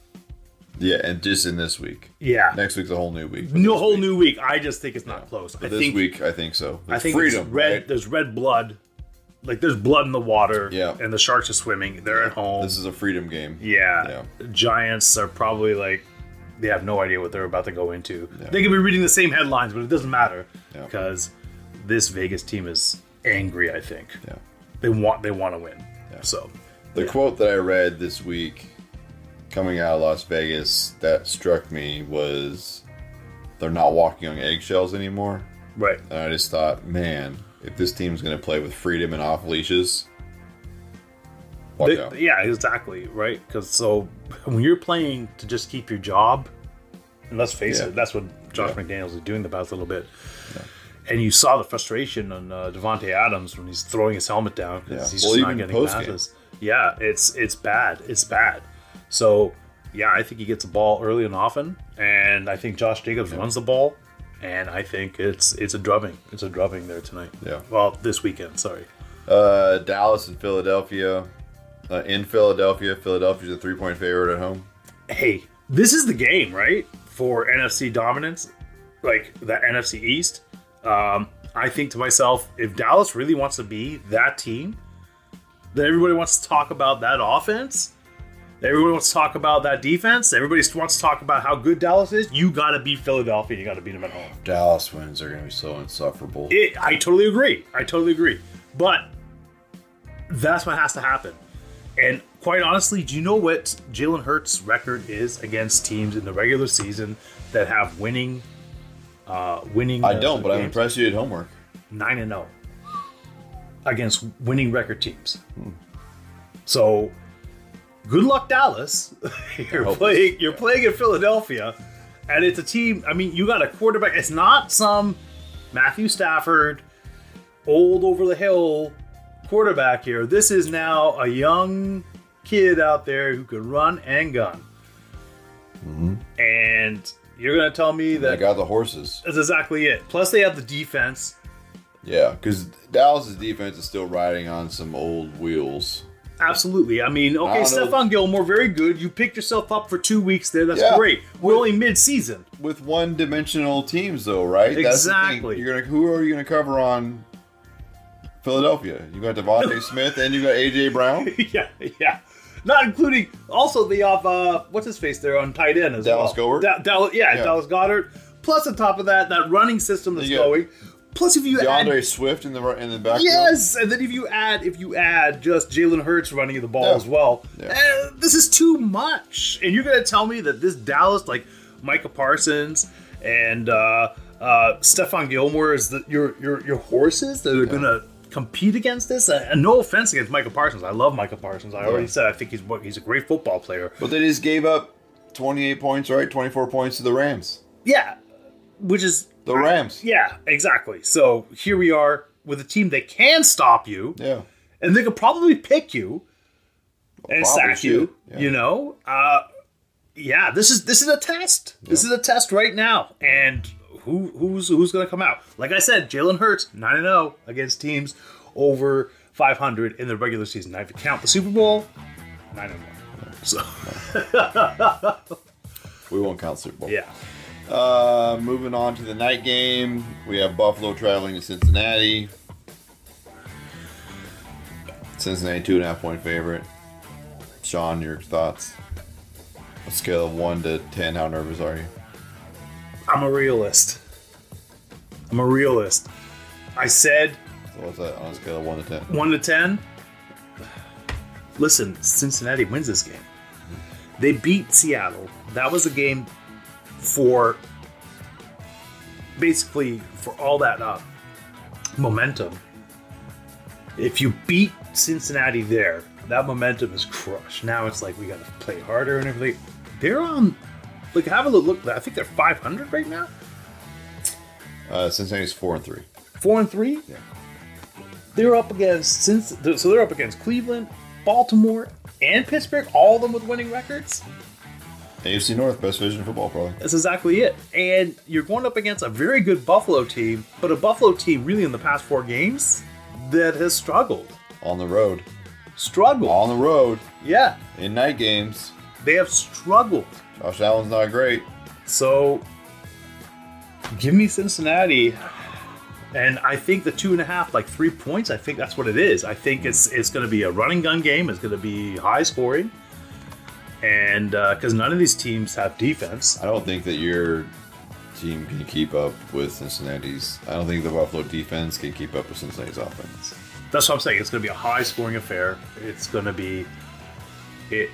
S4: yeah, and just in this week,
S2: Yeah.
S4: next week's a whole new week.
S2: New whole new week. I just think it's not close. I
S4: This
S2: think
S4: week, I think so.
S2: I
S4: It's
S2: think
S4: freedom,
S2: it's red.
S4: right?
S2: There's red blood. Like there's blood in the water.
S4: Yeah.
S2: And the sharks are swimming. They're at home.
S4: This is a freedom game.
S2: Yeah. Giants are probably like they have no idea what they're about to go into.
S4: Yeah.
S2: They could be reading the same headlines, but it doesn't matter
S4: Yeah.
S2: because this Vegas team is angry. I think
S4: yeah.
S2: they want they want to win. So
S4: The quote that I read this week coming out of Las Vegas that struck me was they're not walking on eggshells anymore.
S2: right,
S4: And I just thought, man, if this team's going to play with freedom and off leashes, watch
S2: They-
S4: out.
S2: yeah, exactly right. Because so when you're playing to just keep your job, and let's face
S4: Yeah.
S2: it, that's what Josh
S4: Yeah.
S2: McDaniels is doing the past little bit. And you saw the frustration on uh, Devonte Adams when he's throwing his helmet down because
S4: Yeah.
S2: he's
S4: Well,
S2: just not
S4: even
S2: getting
S4: post-game.
S2: passes. Yeah, it's it's bad. It's bad. So yeah, I think he gets the ball early and often, and I think Josh Jacobs runs the ball, and I think it's it's a drubbing. It's a drubbing there tonight.
S4: Yeah.
S2: Well, this weekend. Sorry.
S4: Uh, Dallas and Philadelphia. Uh, in Philadelphia, Philadelphia's a three point favorite at home.
S2: hey, this is the game, right? For NFC dominance, like the NFC East. Um, I think to myself, if Dallas really wants to be that team, that everybody wants to talk about that offense, that everybody wants to talk about that defense, everybody wants to talk about how good Dallas is, you got to beat Philadelphia. You got to beat them at home.
S4: If Dallas wins, they're going to be so insufferable.
S2: It, I totally agree. I totally agree. But that's what has to happen. And quite honestly, do you know what Jalen Hurts' record is against teams in the regular season that have winning? Uh, winning.
S4: I
S2: uh,
S4: don't, but I'm
S2: games?
S4: impressed you did homework.
S2: Nine and zero against winning record teams. So, good luck, Dallas. [LAUGHS] you're
S4: Hopeless.
S2: playing. You're playing in Philadelphia, and it's a team. I mean, you got a quarterback. It's not some Matthew Stafford, old over the hill quarterback here. This is now a young kid out there who can run and gun. And you're gonna tell me
S4: Mm-hmm. I
S2: that
S4: got the horses.
S2: that's exactly it. Plus, they have the defense.
S4: Yeah, because Dallas' defense is still riding on some old wheels.
S2: Absolutely. I mean, okay,
S4: know.
S2: Stephon Gilmore, very good. You picked yourself up for two weeks there. That's
S4: Yeah.
S2: great. We're only mid-season. [LAUGHS]
S4: With one-dimensional teams, though, right? That's the thing.
S2: Exactly.
S4: You're gonna who are you gonna cover on Philadelphia? You
S2: [LAUGHS]
S4: got Devontae Smith and you got AJ Brown.
S2: yeah, yeah. Not including also the off. Uh, what's his face there on tight end as
S4: Dallas
S2: well.
S4: Goedert?
S2: Da- Dal- yeah,
S4: Yeah.
S2: Dallas Goddard. Plus on top of that, that running system that's
S4: You got
S2: going. Plus, if you add
S4: DeAndre Swift in the ri- in the backfield.
S2: Yes, and then if you add if you add just Jalen Hurts running the ball
S4: Yeah.
S2: as well,
S4: Yeah.
S2: eh, this is too much. And you're gonna tell me that this Dallas like Micah Parsons and uh, uh, Stephon Gilmore is the, your your your horses that are gonna compete against this? Uh, and no offense against Micah Parsons, I love Micah Parsons. I already
S4: Yeah.
S2: said I think he's what- he's a great football player.
S4: But they just gave up 28 points, right? 24 points to the Rams.
S2: Yeah, which is
S4: The Rams.
S2: yeah exactly. So here we are with a team that can stop you.
S4: Yeah.
S2: and they could probably pick you and
S4: probably
S2: sack you.
S4: should, yeah.
S2: You know, uh, yeah. This is this is a test. This is a test right now, and who who's who's going to come out? Like I said, Jalen Hurts nine and zero against teams over five hundred in the regular season. Now, if you count the Super Bowl, nine and one. So
S4: We won't count Super Bowl.
S2: yeah,
S4: Uh, moving on to the night game, we have Buffalo traveling to Cincinnati. Cincinnati two and a half point favorite. Sean, your thoughts? A scale of one to ten, how nervous are you?
S2: I'm a realist. I'm a realist. I said
S4: So what's that on a scale of one to ten?
S2: one to ten. Listen, Cincinnati wins this game. They beat Seattle. That was a game for basically for all that uh, momentum. If you beat Cincinnati there, that momentum is crushed. Now it's like we got to play harder and everything. They're on, like, have a look. I think they're 500 right now.
S4: Uh, Cincinnati's four and three.
S2: Four and three.
S4: Yeah.
S2: They're up against since so they're up against Cleveland, Baltimore, and Pittsburgh. All of them with winning records.
S4: AFC North, best division in football, probably.
S2: That's exactly it. And you're going up against a very good Buffalo team, but a Buffalo team really in the past four games that has struggled.
S4: On the road.
S2: Struggled.
S4: On the road.
S2: Yeah.
S4: In night games.
S2: They have struggled.
S4: Josh Allen's not great.
S2: So give me Cincinnati. And I think the two and a half, like three points, I think that's what it is. I think it's it's going to be a running gun game. It's going to be high scoring, and because none of these teams have defense,
S4: I don't think that your team can keep up with Cincinnati's. I don't think the Buffalo defense can keep up with Cincinnati's offense.
S2: that's what I'm saying. It's going to be a high scoring affair. It's going to be it.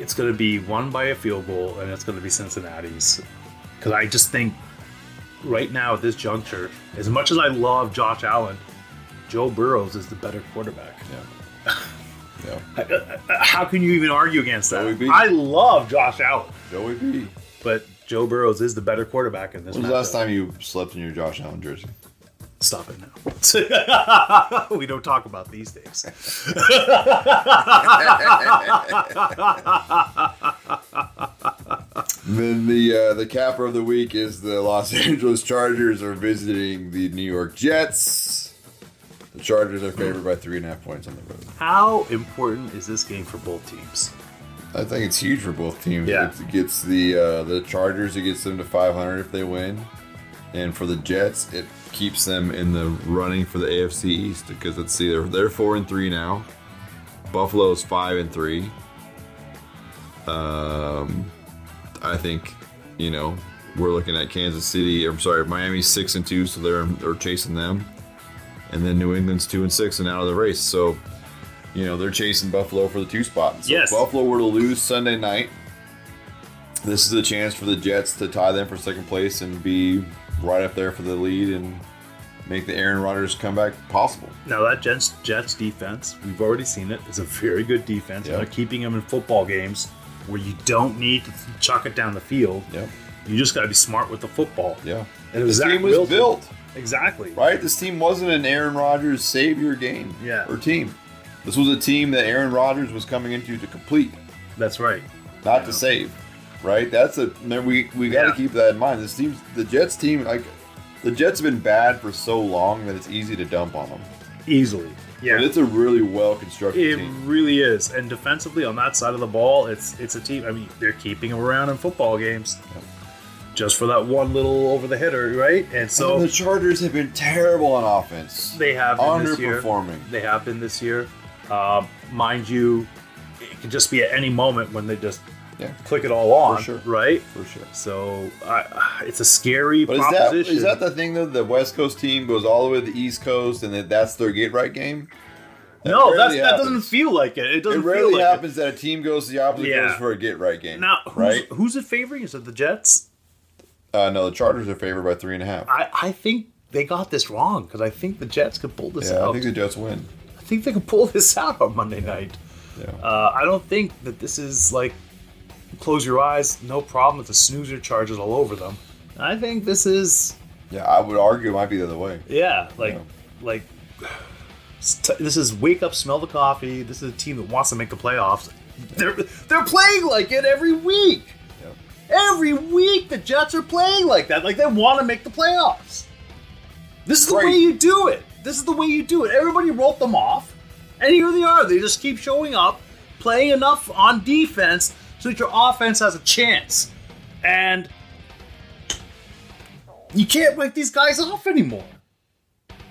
S2: It's going to be won by a field goal, and it's going to be Cincinnati's. Because I just think right now at this juncture, as much as I love Josh Allen, Joe Burrows is the better quarterback.
S4: [LAUGHS]
S2: Uh,
S4: Yeah. Yeah.
S2: How can you even argue against
S4: Joey
S2: that?
S4: B.
S2: I love Josh Allen,
S4: Joey B.
S2: but Joe Burrows is the better quarterback in this.
S4: When was the last
S2: matchup.
S4: time you slept in your Josh Allen jersey?
S2: Stop it now. [LAUGHS] we don't talk about these things.
S4: Then the uh, the capper of the week is the Los [LAUGHS] Angeles Chargers are visiting the New York Jets. The Chargers are favored by three and a half points on the road.
S2: How important is this game for both teams?
S4: I think it's huge for both teams.
S2: Yeah.
S4: It gets the uh, the Chargers, it gets them to 500 if they win, and for the Jets, it keeps them in the running for the AFC East because let's see, they're they're four and three now. Buffalo's five and three. Um, I think you know we're looking at Kansas City. I'm sorry, Miami's six and two, so they're they're chasing them, and then New England's two and six and out of the race. So. You know they're chasing Buffalo for the two spot. So
S2: Yes.
S4: if Buffalo were to lose Sunday night, this is a chance for the Jets to tie them for second place and be right up there for the lead and make the Aaron Rodgers comeback possible.
S2: Now that Jets Jets defense, we've already seen it. It's a very good defense.
S4: Yeah.
S2: They're keeping them in football games where you don't need to chuck it down the field.
S4: Yep.
S2: You just got to be smart with the football.
S4: Yeah.
S2: And it was
S4: This
S2: Zach
S4: team was
S2: Wilson.
S4: built,
S2: Exactly.
S4: right? This team wasn't an Aaron Rodgers savior game
S2: Yeah.
S4: or team. This was a team that Aaron Rodgers was coming into to complete,
S2: That's right.
S4: not to save, right? That's a man, we we got to
S2: Yeah.
S4: keep that in mind. This team's the Jets team like the Jets have been bad for so long that it's easy to dump on them.
S2: Easily. Yeah.
S4: But it's a really well constructed
S2: It
S4: team.
S2: really is, and defensively on that side of the ball, it's it's a team. I mean, they're keeping them around in football games, just for that one little over the hitter, right? And
S4: So
S2: so
S4: the Chargers have been terrible on offense.
S2: they have been this year.
S4: underperforming.
S2: They have been this year, Um mind you. It could just be at any moment when they just
S4: Yeah,
S2: click it all on,
S4: sure.
S2: right?
S4: for sure.
S2: So I, it's a scary
S4: But is that
S2: proposition.
S4: is that the thing though? The West Coast team goes all the way to the East Coast, and that that's their get right game.
S2: no,
S4: rarely
S2: that's, that doesn't
S4: happens.
S2: feel like it. It
S4: It
S2: doesn't
S4: rarely
S2: feel like
S4: happens that a team goes the opposite
S2: Yeah.
S4: goes for a get right game.
S2: it. Now, who's,
S4: right?
S2: who's it favoring? Is it the Jets?
S4: Uh, no, the Chargers are favored by three and a half.
S2: I, I think they got this wrong because I think the Jets could pull this
S4: Yeah, I
S2: out.
S4: think the Jets win.
S2: I think they could pull this out on Monday night.
S4: Yeah.
S2: Uh, I don't think that this is like close your eyes, no problem with the snoozer charges all over them. I think this is
S4: yeah, I would argue it might be the other way.
S2: yeah, like
S4: Yeah.
S2: like st- this is wake up, smell the coffee. This is a team that wants to make the playoffs. They're they're playing like it every week.
S4: Yeah.
S2: Every week the Jets are playing like that. Like they want to make the playoffs. This is the
S4: Right.
S2: way you do it. This is the way you do it. Everybody wrote them off. And here they are. They just keep showing up, playing enough on defense so that your offense has a chance. And you can't write these guys off anymore.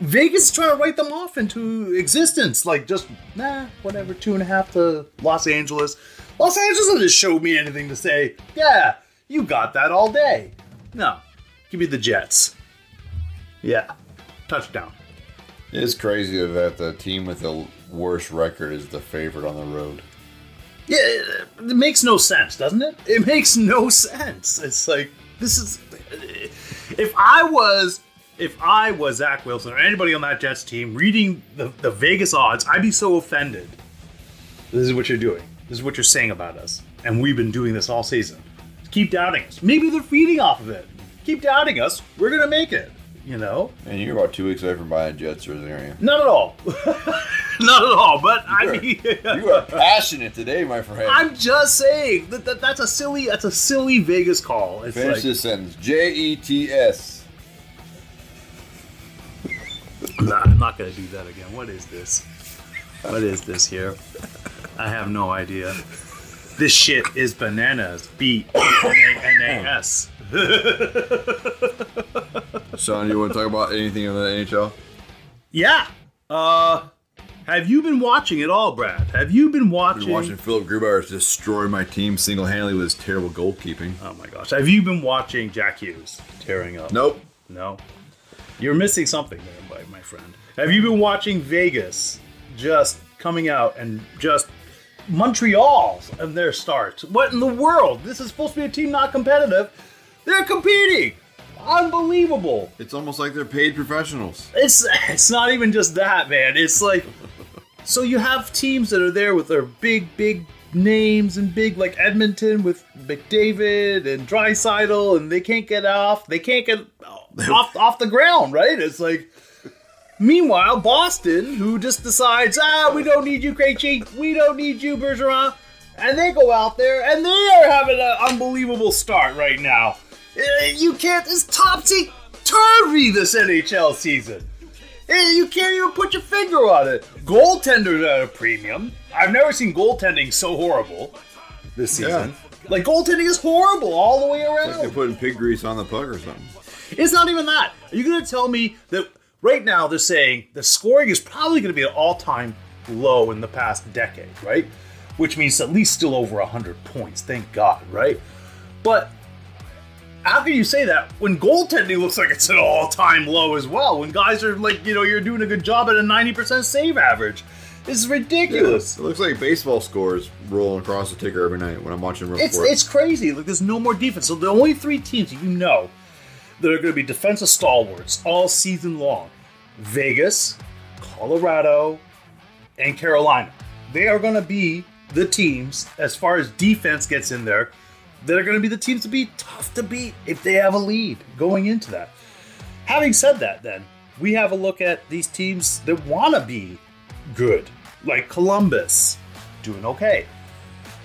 S2: Vegas is trying to write them off into existence. Like, just, nah, whatever, two and a half to Los Angeles. Los Angeles doesn't show me anything to say, yeah, you got that all day. No, give me the Jets. Yeah, touchdown.
S4: It's crazy that the team with the worst record is the favorite on the road.
S2: Yeah, it makes no sense, doesn't it? It makes no sense. It's like this is if I was if I was Zach Wilson or anybody on that Jets team reading the, the Vegas odds, I'd be so offended. This is what you're doing. This is what you're saying about us. And we've been doing this all season. Keep doubting us. Maybe they're feeding off of it. Keep doubting us. We're gonna make it. You know?
S4: And you're about two weeks away from buying Jets, jersey, aren't
S2: Not at all. [LAUGHS] Not at all. But I mean [LAUGHS]
S4: you? You are passionate today, my friend.
S2: I'm just saying that, that that's a silly that's a silly Vegas call. It's
S4: Finish
S2: like,
S4: this sentence. J E T S.
S2: Nah, I'm not gonna do that again. What is this? What is this here? I have no idea. This shit is bananas. B E N A N A S.
S4: Sean, you want to talk about anything in the NHL?
S2: Yeah. Uh, have you been watching at all, Brad? Have you been
S4: I've
S2: watching?
S4: been watching Philip Grubauer destroy my team single handedly with his terrible goalkeeping.
S2: Oh my gosh! Have you been watching Jack Hughes tearing up?
S4: Nope.
S2: No. You're missing something there, my, my friend. Have you been watching Vegas just coming out and just Montreal's and their starts? What in the world? This is supposed to be a team not competitive. They're competing. Unbelievable.
S4: It's almost like they're paid professionals.
S2: It's it's not even just that, man. It's like so you have teams that are there with their big, big names and big like Edmonton with McDavid and Drysidle, and they can't get off. They can't get off off the ground, right? It's like. Meanwhile, Boston, who just decides, ah, we don't need you, Krejci, we don't need you, Bergeron, and they go out there and they are having an unbelievable start right now. Eh, You can't. It's topsy turvy this NHL season. Eh, You can't even put your finger on it. Goaltenders at a premium. I've never seen goaltending so horrible this season. Like goaltending is horrible all the way around.
S4: Like they're putting pig grease on the puck or something.
S2: It's not even that. Are you going to tell me that right now they're saying the scoring is probably going to be an all time low in the past decade, right? Which means at least still over 100 points. Thank God, right? But how can you say that when goaltending looks like it's an all time low as well? When guys are like, you know, you're doing a good job at a 90% save average. This is ridiculous.
S4: It looks like baseball scores rolling across the ticker every night when I'm watching real
S2: It's
S4: sports.
S2: it's crazy. Like there's no more defense. So the only three teams you know that are going to be defensive stalwarts all season long: Vegas, Colorado, and Carolina. They are going to be the teams as far as defense gets in there. That are going to be the teams to be tough to beat if they have a lead going into that. Having said that, then we have a look at these teams that want to be good, like Columbus, doing okay.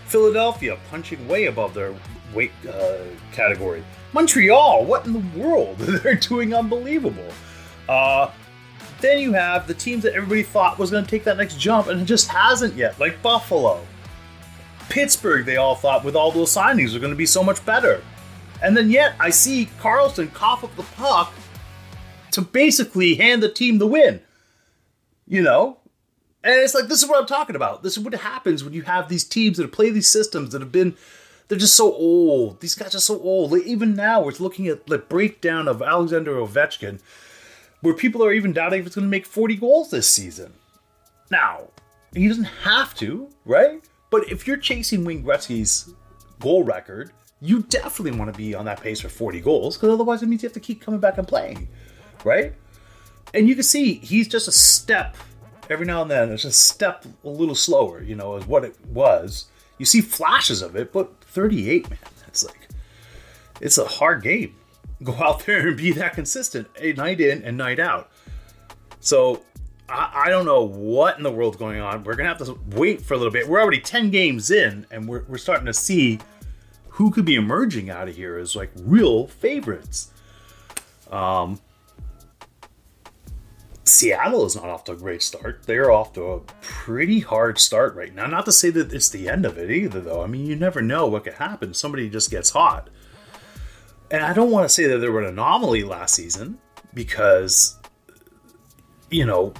S2: Philadelphia punching way above their weight uh, category. Montreal, what in the world? [LAUGHS] They're doing unbelievable. Uh, then you have the teams that everybody thought was going to take that next jump and it just hasn't yet, like Buffalo. Pittsburgh, they all thought with all those signings are going to be so much better. And then yet I see Carlson cough up the puck to basically hand the team the win. You know, and it's like this is what I'm talking about. This is what happens when you have these teams that play these systems that have been they're just so old. These guys are so old. Like, even now we're looking at the breakdown of Alexander Ovechkin, where people are even doubting if it's gonna make 40 goals this season. Now, he doesn't have to, right? But if you're chasing Wayne Gretzky's goal record, you definitely want to be on that pace for 40 goals, because otherwise it means you have to keep coming back and playing, right? and you can see he's just a step every now and then. It's a step a little slower, you know, is what it was. You see flashes of it, but 38, man, that's like it's a hard game. [LAUGHS] Go out there and be that consistent eh, night in and night out. So I, I don't know what in the world's going on. We're gonna have to wait for a little bit. We're already 10 games in, and we're, we're starting to see who could be emerging out of here as like real favorites. Um, Seattle is not off to a great start. They're off to a pretty hard start right now. Not to say that it's the end of it either, though. I mean, you never know what could happen. Somebody just gets hot. And I don't want to say that they were an anomaly last season because, you know,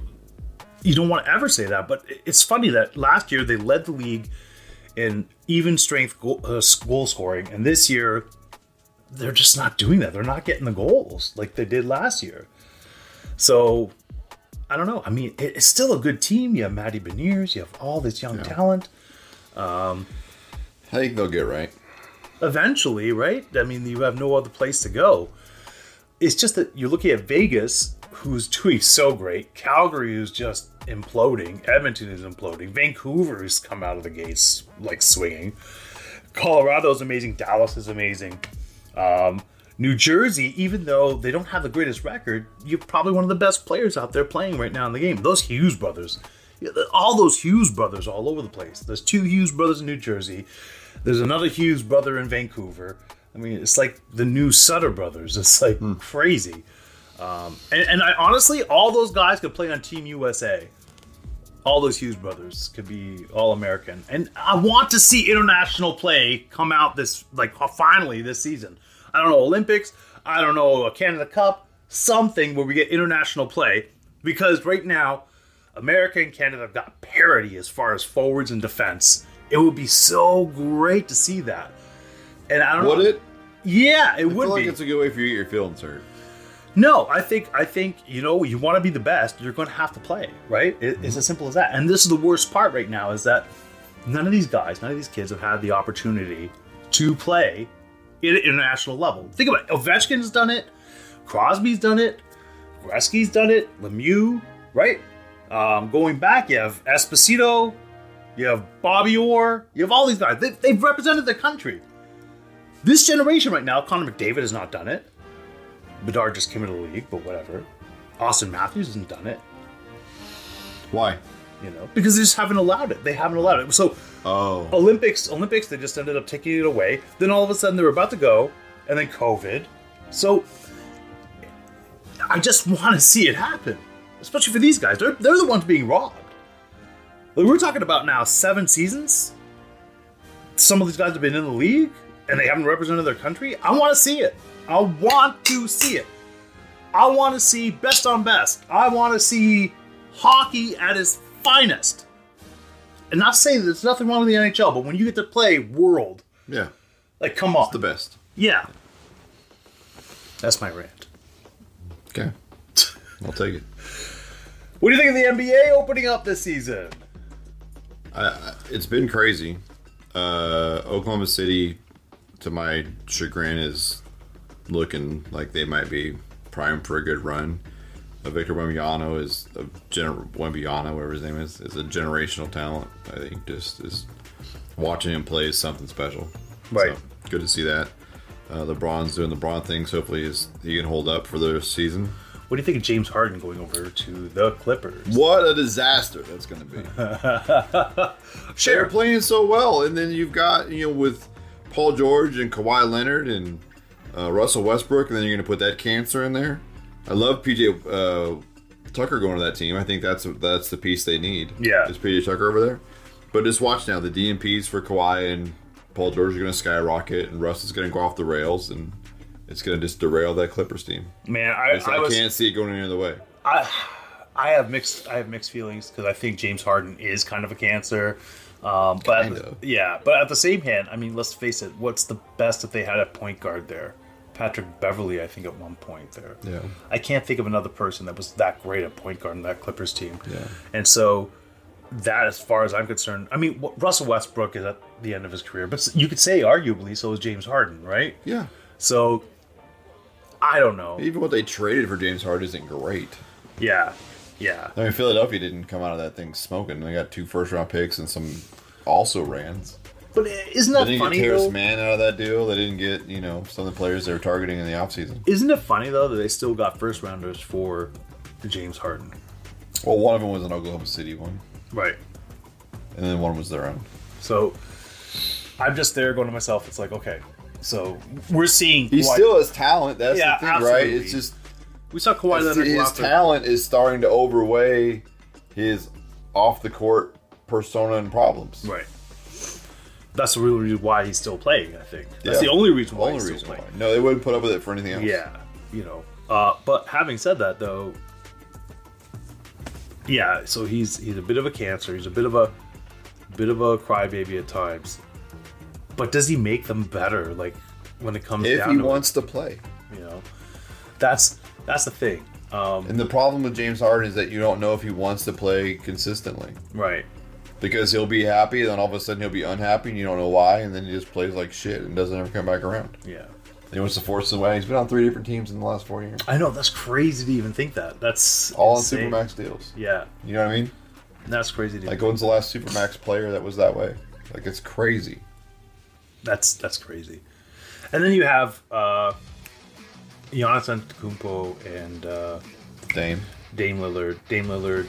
S2: you don't want to ever say that. But it's funny that last year they led the league in even strength goal, uh, goal scoring. And this year, they're just not doing that. They're not getting the goals like they did last year. So I don't know. I mean, it- it's still a good team. You have Matty Beniers. You have all this young talent.
S4: I think they'll get right.
S2: eventually, right? I mean, you have no other place to go. It's just that you're looking at Vegas, [LAUGHS] who's doing so great. Calgary is just imploding. Edmonton is imploding. Vancouver's come out of the gates like swinging. Colorado's amazing. Dallas is amazing. Um, New Jersey, even though they don't have the greatest record, you're probably one of the best players out there playing right now in the game. Those Hughes brothers, all those Hughes brothers all over the place. There's two Hughes brothers in New Jersey. There's another Hughes brother in Vancouver. I mean, it's like the new Sutter brothers. It's like crazy. Um, and, and I honestly, all those guys could play on Team USA. All those Hughes brothers could be all American. And I want to see international play come out this, like, finally this season. I don't know, Olympics. I don't know, a Canada Cup. Something where we get international play. Because right now, America and Canada have got parity as far as forwards and defense. It would be so great to see that. And I don't
S4: Would
S2: know.
S4: it?
S2: Yeah, it
S4: I
S2: would
S4: feel like
S2: be.
S4: it's a good way for you to get your feelings hurt.
S2: No, I think I think you know you want to be the best. You're going to have to play, right? It, It's as simple as that. And this is the worst part right now is that none of these guys, none of these kids have had the opportunity to play at an international level. Think about it. Ovechkin's done it, Crosby's done it, Gretzky's done it, Lemieux, right? Um, going back, you have Esposito, you have Bobby Orr, you have all these guys. They, they've represented their country. This generation right now, Connor McDavid has not done it. Bedard just came into the league, but whatever. Austin Matthews hasn't done it,
S4: Why?
S2: you know, because they just haven't allowed it. They haven't allowed it. So
S4: Oh.
S2: Olympics, Olympics, they just ended up taking it away. Then all of a sudden they were about to go, and then COVID. So I just want to see it happen, especially for these guys. They're, they're the ones being robbed. Like we're talking about now seven seasons. Some of these guys have been in the league and they haven't represented their country. I want to see it. I want to see it. I want to see best on best. I want to see hockey at its finest. And not saying there's nothing wrong with the NHL, but when you get to play world,
S4: Yeah.
S2: like come on,
S4: The best.
S2: yeah. That's my rant.
S4: Okay. I'll take it.
S2: What do you think of the NBA opening up this season?
S4: It's been crazy. Uh, Oklahoma City, to my chagrin, is looking like they might be primed for a good run. Uh, Victor Wembanyama is a gener- Wembanyama, whatever his name is, is a generational talent. I think just is watching him play is something special.
S2: Right.
S4: So, good to see that. Uh, LeBron's doing LeBron things. Hopefully, is he can hold up for the season.
S2: What do you think of James Harden going over to the Clippers?
S4: What a disaster that's going to be. They're
S2: Sure.
S4: playing so well, and then you've got you know with Paul George and Kawhi Leonard and uh, Russell Westbrook, and then you're going to put that cancer in there. I love PJ uh, Tucker going to that team. I think that's that's the piece they need.
S2: Yeah.
S4: just PJ Tucker over there. But just watch now. The DMPs for Kawhi and Paul George are going to skyrocket, and Russ is going to go off the rails, and it's going to just derail that Clippers team.
S2: Man, I,
S4: So
S2: I,
S4: I,
S2: was,
S4: can't see it going any other way.
S2: I have mixed I have mixed feelings because I think James Harden is kind of a cancer. Um, but
S4: Kind of.
S2: yeah, but at the same hand, I mean, let's face it. What's the best that they had at point guard there? Patrick Beverly, I think, at one point there.
S4: Yeah.
S2: I can't think of another person that was that great at point guard in that Clippers team.
S4: Yeah.
S2: And so that, as far as I'm concerned, I mean, wh- Russell Westbrook is at the end of his career, but you could say arguably so is James Harden, right?
S4: Yeah.
S2: So I don't know.
S4: Even what they traded for James Harden isn't great.
S2: Yeah. Yeah.
S4: I mean, Philadelphia didn't come out of that thing smoking. They got two first round picks and some also rans.
S2: But isn't
S4: They
S2: that
S4: didn't
S2: funny?
S4: get Terrence
S2: though?
S4: Mann out of that deal. They didn't get, you know, some of the players they were targeting in the offseason.
S2: Isn't it funny though that they still got first rounders for James Harden?
S4: Well, one of them was an Oklahoma City one,
S2: Right.
S4: and then one was their own.
S2: So I'm just there going to myself, it's like, okay, so we're seeing
S4: He
S2: Kawhi-
S4: still has talent. That's
S2: Yeah,
S4: the thing, right?
S2: absolutely.
S4: It's just
S2: we saw Kawhi
S4: his,
S2: Leonard go
S4: his
S2: after-
S4: talent is starting to overweigh his off the court persona and problems.
S2: Right. That's the real reason why he's still playing, I think. That's the
S4: Yeah.
S2: only reason why he's
S4: Only
S2: still
S4: reason why.
S2: playing.
S4: No, they wouldn't put up with it for anything else.
S2: Yeah, you know. Uh, but having said that, though, yeah. So he's he's a bit of a cancer. He's a bit of a bit of a crybaby at times. But does he make them better? Like when it comes
S4: If
S2: down
S4: he
S2: to
S4: wants to play.
S2: it, you know, that's that's the thing. Um,
S4: And the problem with James Harden is that you don't know if he wants to play consistently.
S2: right.
S4: because he'll be happy, and then all of a sudden he'll be unhappy, and you don't know why, and then he just plays like shit and doesn't ever come back around.
S2: Yeah.
S4: He wants to force his way. He's been on three different teams in the last four years,
S2: I know that's crazy to even think that. That's
S4: all on
S2: insane.
S4: supermax deals.
S2: Yeah,
S4: You know what I mean?
S2: that's crazy to
S4: Like, when's the last supermax player that was that way? Like, it's crazy.
S2: That's that's crazy. And then you have uh, Giannis Antetokounmpo and uh,
S4: Dame.
S2: Dame Lillard. Dame Lillard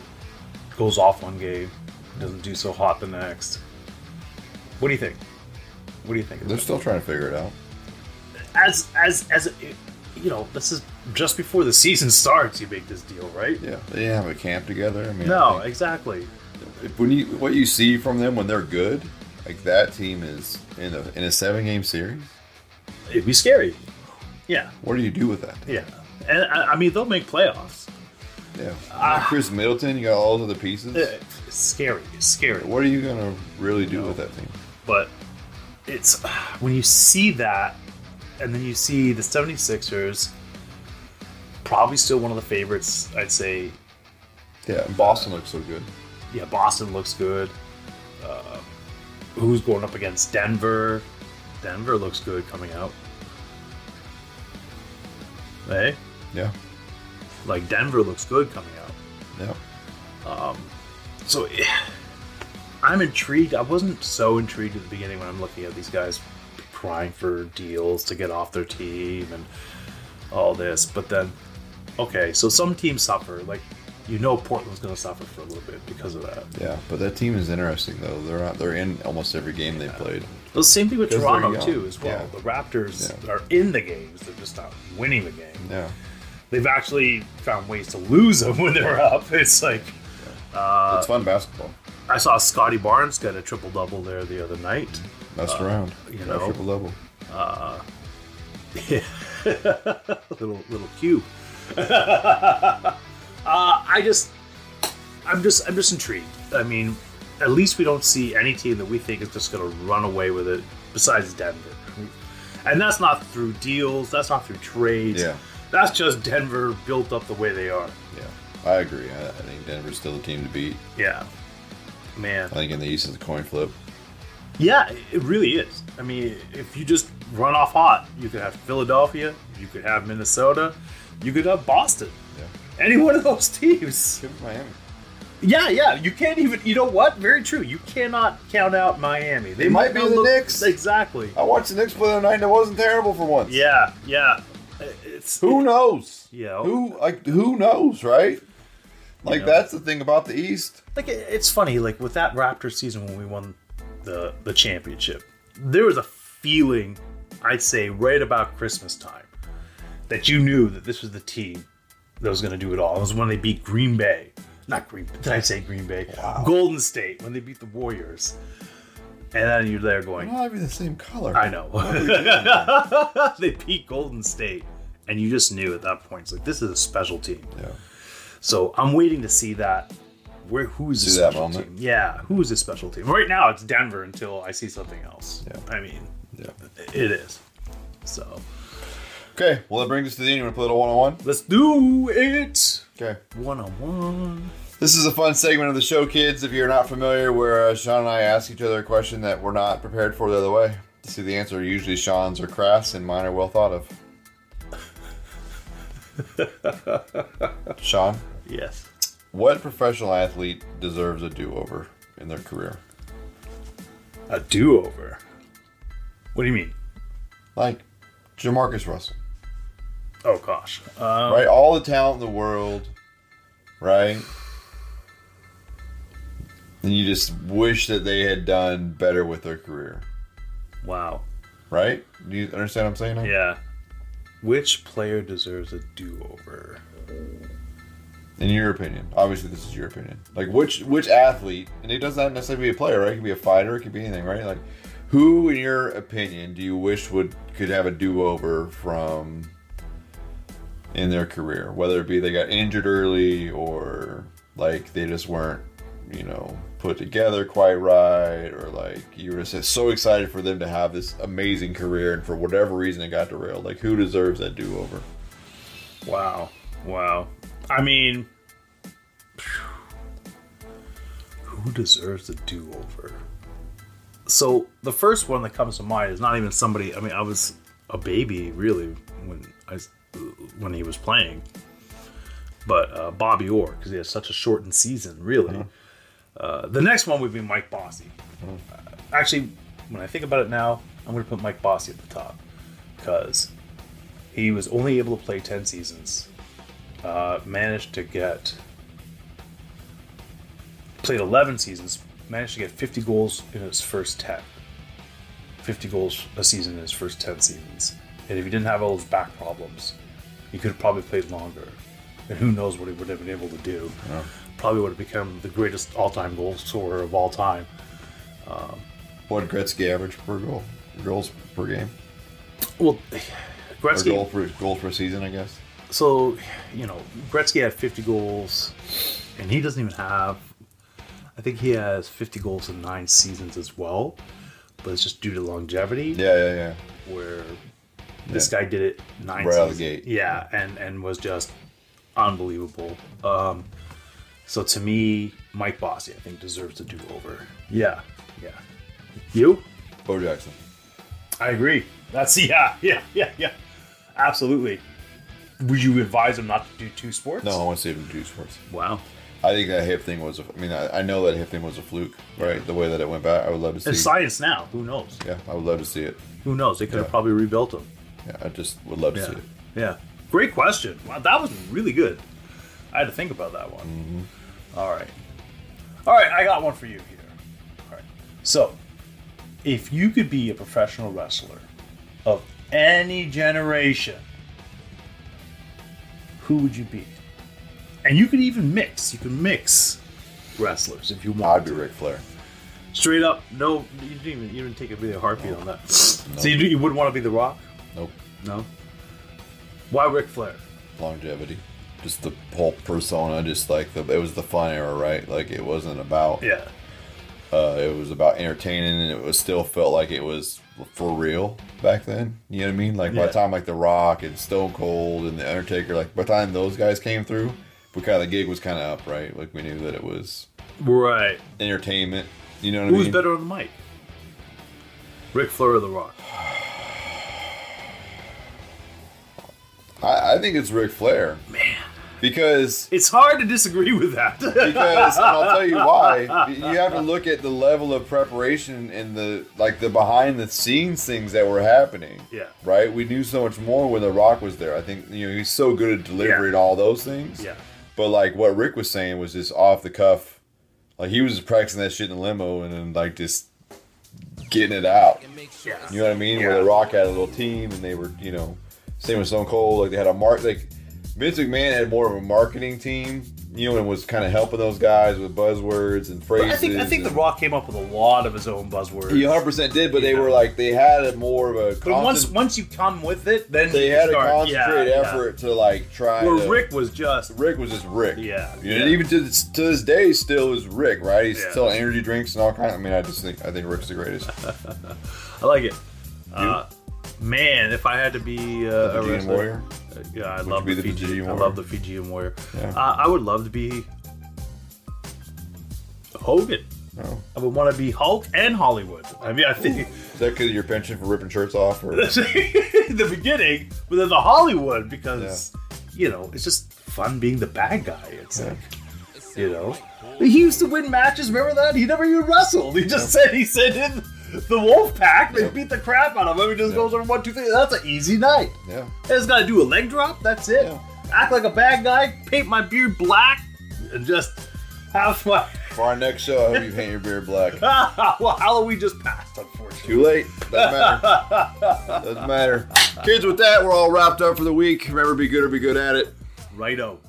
S2: goes off one game, doesn't do so hot the next. What do you think? What do you think? of
S4: They're
S2: that?
S4: still trying to figure it out.
S2: As as as you know, this is just before the season starts. You make this deal, right?
S4: Yeah, they didn't have a camp together. I mean,
S2: No,
S4: I think-
S2: exactly.
S4: if- when you what you see from them when they're good, like that team is in a in a seven game series.
S2: It'd be scary. Yeah,
S4: What do you do with that?
S2: yeah. And I, I mean, they'll make playoffs.
S4: Yeah, Like Chris Middleton, you got all those other pieces.
S2: Eh, It's scary. It's scary.
S4: What are you gonna really do with that team?
S2: but it's [SIGHS] when you see that and then you see the 76ers probably still one of the favorites i'd say
S4: Yeah, and Boston looks so good.
S2: yeah boston looks good uh, who's going up against denver denver looks good coming out hey
S4: Yeah,
S2: like denver looks good coming out
S4: yeah.
S2: So [SIGHS] eh, I'm intrigued. I wasn't so intrigued at the beginning when I'm looking at these guys crying for deals to get off their team and all this. But then, okay, so some teams suffer. Like, you know, Portland's going to suffer for a little bit because of that.
S4: Yeah, but that team is interesting though. They're not, they're in almost every game they played.
S2: The same thing with
S4: Because they're
S2: Toronto,
S4: young.
S2: too, as well.
S4: Yeah.
S2: The Raptors
S4: Yeah.
S2: are in the games, they're just not winning the game.
S4: Yeah,
S2: They've actually found ways to lose them [LAUGHS] when they're up. It's like,
S4: it's fun basketball.
S2: I saw Scotty Barnes got a triple double there the other night.
S4: Messed around.
S2: you
S4: Got a
S2: know.
S4: triple double.
S2: little little cube. [LAUGHS] uh, I just, I'm just, I'm just intrigued. I mean, at least we don't see any team that we think is just going to run away with it, besides Denver. And that's not through deals. That's not through trades.
S4: Yeah.
S2: That's just Denver built up the way they are.
S4: Yeah, I agree. I, I think Denver's still the team to beat.
S2: Yeah. Man.
S4: I think in the East is a coin flip.
S2: Yeah, it really is. I mean, if you just run off hot, you could have Philadelphia, you could have Minnesota, you could have Boston.
S4: Yeah.
S2: Any one of those [LAUGHS] teams.
S4: Give it Miami.
S2: Yeah, yeah. You can't even. You know what? Very true. You cannot count out Miami.
S4: They might be
S2: not
S4: the Knicks.
S2: Exactly.
S4: I watched the Knicks play the other night and it wasn't terrible for once.
S2: Yeah, yeah. It's
S4: Who knows?
S2: Yeah.
S4: Who like who knows, right? Like
S2: Yeah.
S4: that's the thing about the East.
S2: like it- it's funny. Like with that Raptors season when we won the the championship, there was a feeling. I'd say right about Christmas time that you knew that this was the team that was going to do it all. It was when they beat Green Bay. Not Green. Did I say Green Bay? Golden State when they beat the Warriors. And then you're there going,
S4: They're not even the same color.
S2: I know. [LAUGHS] they beat Golden State, and you just knew at that point, it's like this is a special team.
S4: Yeah.
S2: So I'm waiting to see that. Where who is this
S4: See that
S2: special team?
S4: moment.
S2: Yeah, who is this special team? Right now, it's Denver until I see something else.
S4: Yeah.
S2: I mean,
S4: Yeah.
S2: it is. So
S4: Okay. Well, that brings us to the end. You want to play a little one on one?
S2: let's do it.
S4: Okay.
S2: One on one.
S4: This is a fun segment of the show, kids. If you're not familiar, where uh, Sean and I ask each other a question that we're not prepared for the other way. To see the answer, usually Sean's are crass and mine are well thought of. Sean,
S2: Yes.
S4: what professional athlete deserves a do-over in their career?
S2: A do over. What do you mean?
S4: Like Jamarcus Russell.
S2: Oh gosh. Uh,
S4: right? All the talent in the world, right? And you just wish that they had done better with their career,
S2: wow.
S4: right? Do you understand what I'm saying? now?
S2: Yeah. Which player deserves a do over?
S4: In your opinion, obviously this is your opinion. Like which which athlete, and it doesn't have necessarily be a player, right? It could be a fighter, it could be anything, right? Like who, in your opinion, do you wish would could have a do over from in their career, whether it be they got injured early or like they just weren't, you know, put together quite right, or like you were just so excited for them to have this amazing career, and for whatever reason it got derailed. Like who deserves that do over?
S2: Wow. Wow. I mean, who Who deserves the do over? So the first one that comes to mind is not even somebody. I mean, I was a baby really when I s- when he was playing, but uh, Bobby Orr because he had such a shortened season. Really, uh, the next one would be Mike Bossy. Uh, actually, when I think about it now, I'm going to put Mike Bossy at the top because he was only able to play ten seasons. Uh, managed to get played 11 seasons, managed to get 50 goals in his first 10. 50 goals a season in his first 10 seasons. And if he didn't have all those back problems, he could have probably played longer. And who knows what he would have been able to do. Probably would have become the greatest all time goal scorer of all time.
S4: What Gretzky average per goal? Goals per game?
S2: Well, [SIGHS]
S4: Or
S2: Gretzky.
S4: goal per goals per season, I guess.
S2: so you know Gretzky had 50 goals, and he doesn't even have. I think he has 50 goals in nine seasons as well, but it's just due to longevity.
S4: Yeah, yeah, yeah.
S2: Where this guy did it nine
S4: Right out of the
S2: seasons.
S4: gate.
S2: Yeah, and and was just unbelievable. Um, so to me, Mike Bossy, I think, deserves a do over. Yeah, yeah. You?
S4: Bo Jackson.
S2: I agree. That's [LAUGHS] yeah, yeah, yeah, yeah. Absolutely. Would you advise him not to do two sports?
S4: No, I want to save him two sports.
S2: Wow.
S4: I think that hip thing was. A, I mean, I, I know that hip thing was a fluke, right? The way that it went back, I would love to see.
S2: It's science now. Who knows?
S4: yeah, I would love to see it.
S2: Who knows? They could have probably rebuilt him.
S4: Yeah, I just would love to see
S2: Yeah.
S4: it.
S2: Yeah. Great question. Wow, that was really good. I had to think about that one.
S4: Mm-hmm.
S2: All right. All right, I got one for you here. All right. So, if you could be a professional wrestler of any generation, who would you be? And you could even mix. You can mix wrestlers if you want.
S4: I'd be Ric Flair.
S2: Straight up, no. You didn't even you didn't take a really heartbeat on that. So you, you wouldn't want to be The Rock?
S4: Nope.
S2: No. Why Ric Flair?
S4: Longevity. Just the whole persona. Just like the. It was the fun era, right? Like it wasn't about.
S2: Yeah.
S4: Uh, it was about entertaining, and it was still felt like it was for real back then. You know what I mean? Like by
S2: Yeah.
S4: the time like The Rock and Stone Cold and The Undertaker, like by the time those guys came through, we kind of the gig was kind of up, right? Like we knew that it was
S2: Right.
S4: entertainment. You know what I
S2: Who's
S4: mean?
S2: better on the mic? Ric Flair or The Rock?
S4: I, I think it's Ric Flair. Man. Because
S2: It's hard to disagree with that. [LAUGHS]
S4: because and I'll tell you why. You have to look at the level of preparation and the like the behind the scenes things that were happening.
S2: Yeah.
S4: Right? We knew so much more when The Rock was there. I think you know he's so good at delivery
S2: Yeah.
S4: and all those things.
S2: yeah.
S4: But like what Rick was saying was just off the cuff. Like he was just practicing that shit in the limo and then like just getting it out.
S2: Yeah.
S4: You know what I mean? Where The Rock had a little team, and they were, you know, same with Stone Cold. Like they had a mark. Like Vince McMahon had more of a marketing team, you know, and was kind of helping those guys with buzzwords and phrases.
S2: I think I think The
S4: and-
S2: Rock came up with a lot of his own buzzwords.
S4: He 100 percent did, but they
S2: Yeah.
S4: were like they had a more of a.
S2: But once
S4: concent-
S2: once you come with it, then
S4: they
S2: you
S4: had a
S2: start-
S4: concentrated
S2: yeah, yeah.
S4: effort to like try.
S2: Where
S4: to,
S2: Rick was just
S4: Rick was just Rick.
S2: Yeah,
S4: You know,
S2: yeah.
S4: even to this, to this day, still is Rick, right? He's
S2: Yeah.
S4: still energy drinks and all kind. Of, I mean, I just think I think Rick's the greatest.
S2: I like it. Uh, man, if [LAUGHS] I had to be uh, a
S4: Indian
S2: wrestler,
S4: warrior.
S2: Uh, yeah, I
S4: Would
S2: love
S4: you
S2: the,
S4: be the
S2: Fiji.
S4: Fijian
S2: I
S4: warrior?
S2: love the Fijian warrior.
S4: Yeah.
S2: Uh, I would love to be Hogan.
S4: No.
S2: I would want to be Hulk and Hollywood. I mean, I think
S4: Is that because of your penchant for ripping shirts
S2: [LAUGHS]
S4: off? Or?
S2: the beginning, but then the Hollywood because you know it's just fun being the bad guy. It's like you know he used to win matches. Remember that he never even wrestled. He just said he sent in the Wolf Pack. They
S4: Yep.
S2: beat the crap out of him. He just
S4: Yep.
S2: goes on one two three. That's an easy night.
S4: yeah.
S2: I just gotta do a leg drop. That's it.
S4: Yeah.
S2: Act like a bad guy. Paint my beard black and just have fun. [LAUGHS]
S4: For our next show, I hope you paint your beard black.
S2: well, Halloween just passed, unfortunately.
S4: Too late. Doesn't matter. Doesn't matter. Kids, with that, we're all wrapped up for the week. Remember, be good or be good at it.
S2: Righto.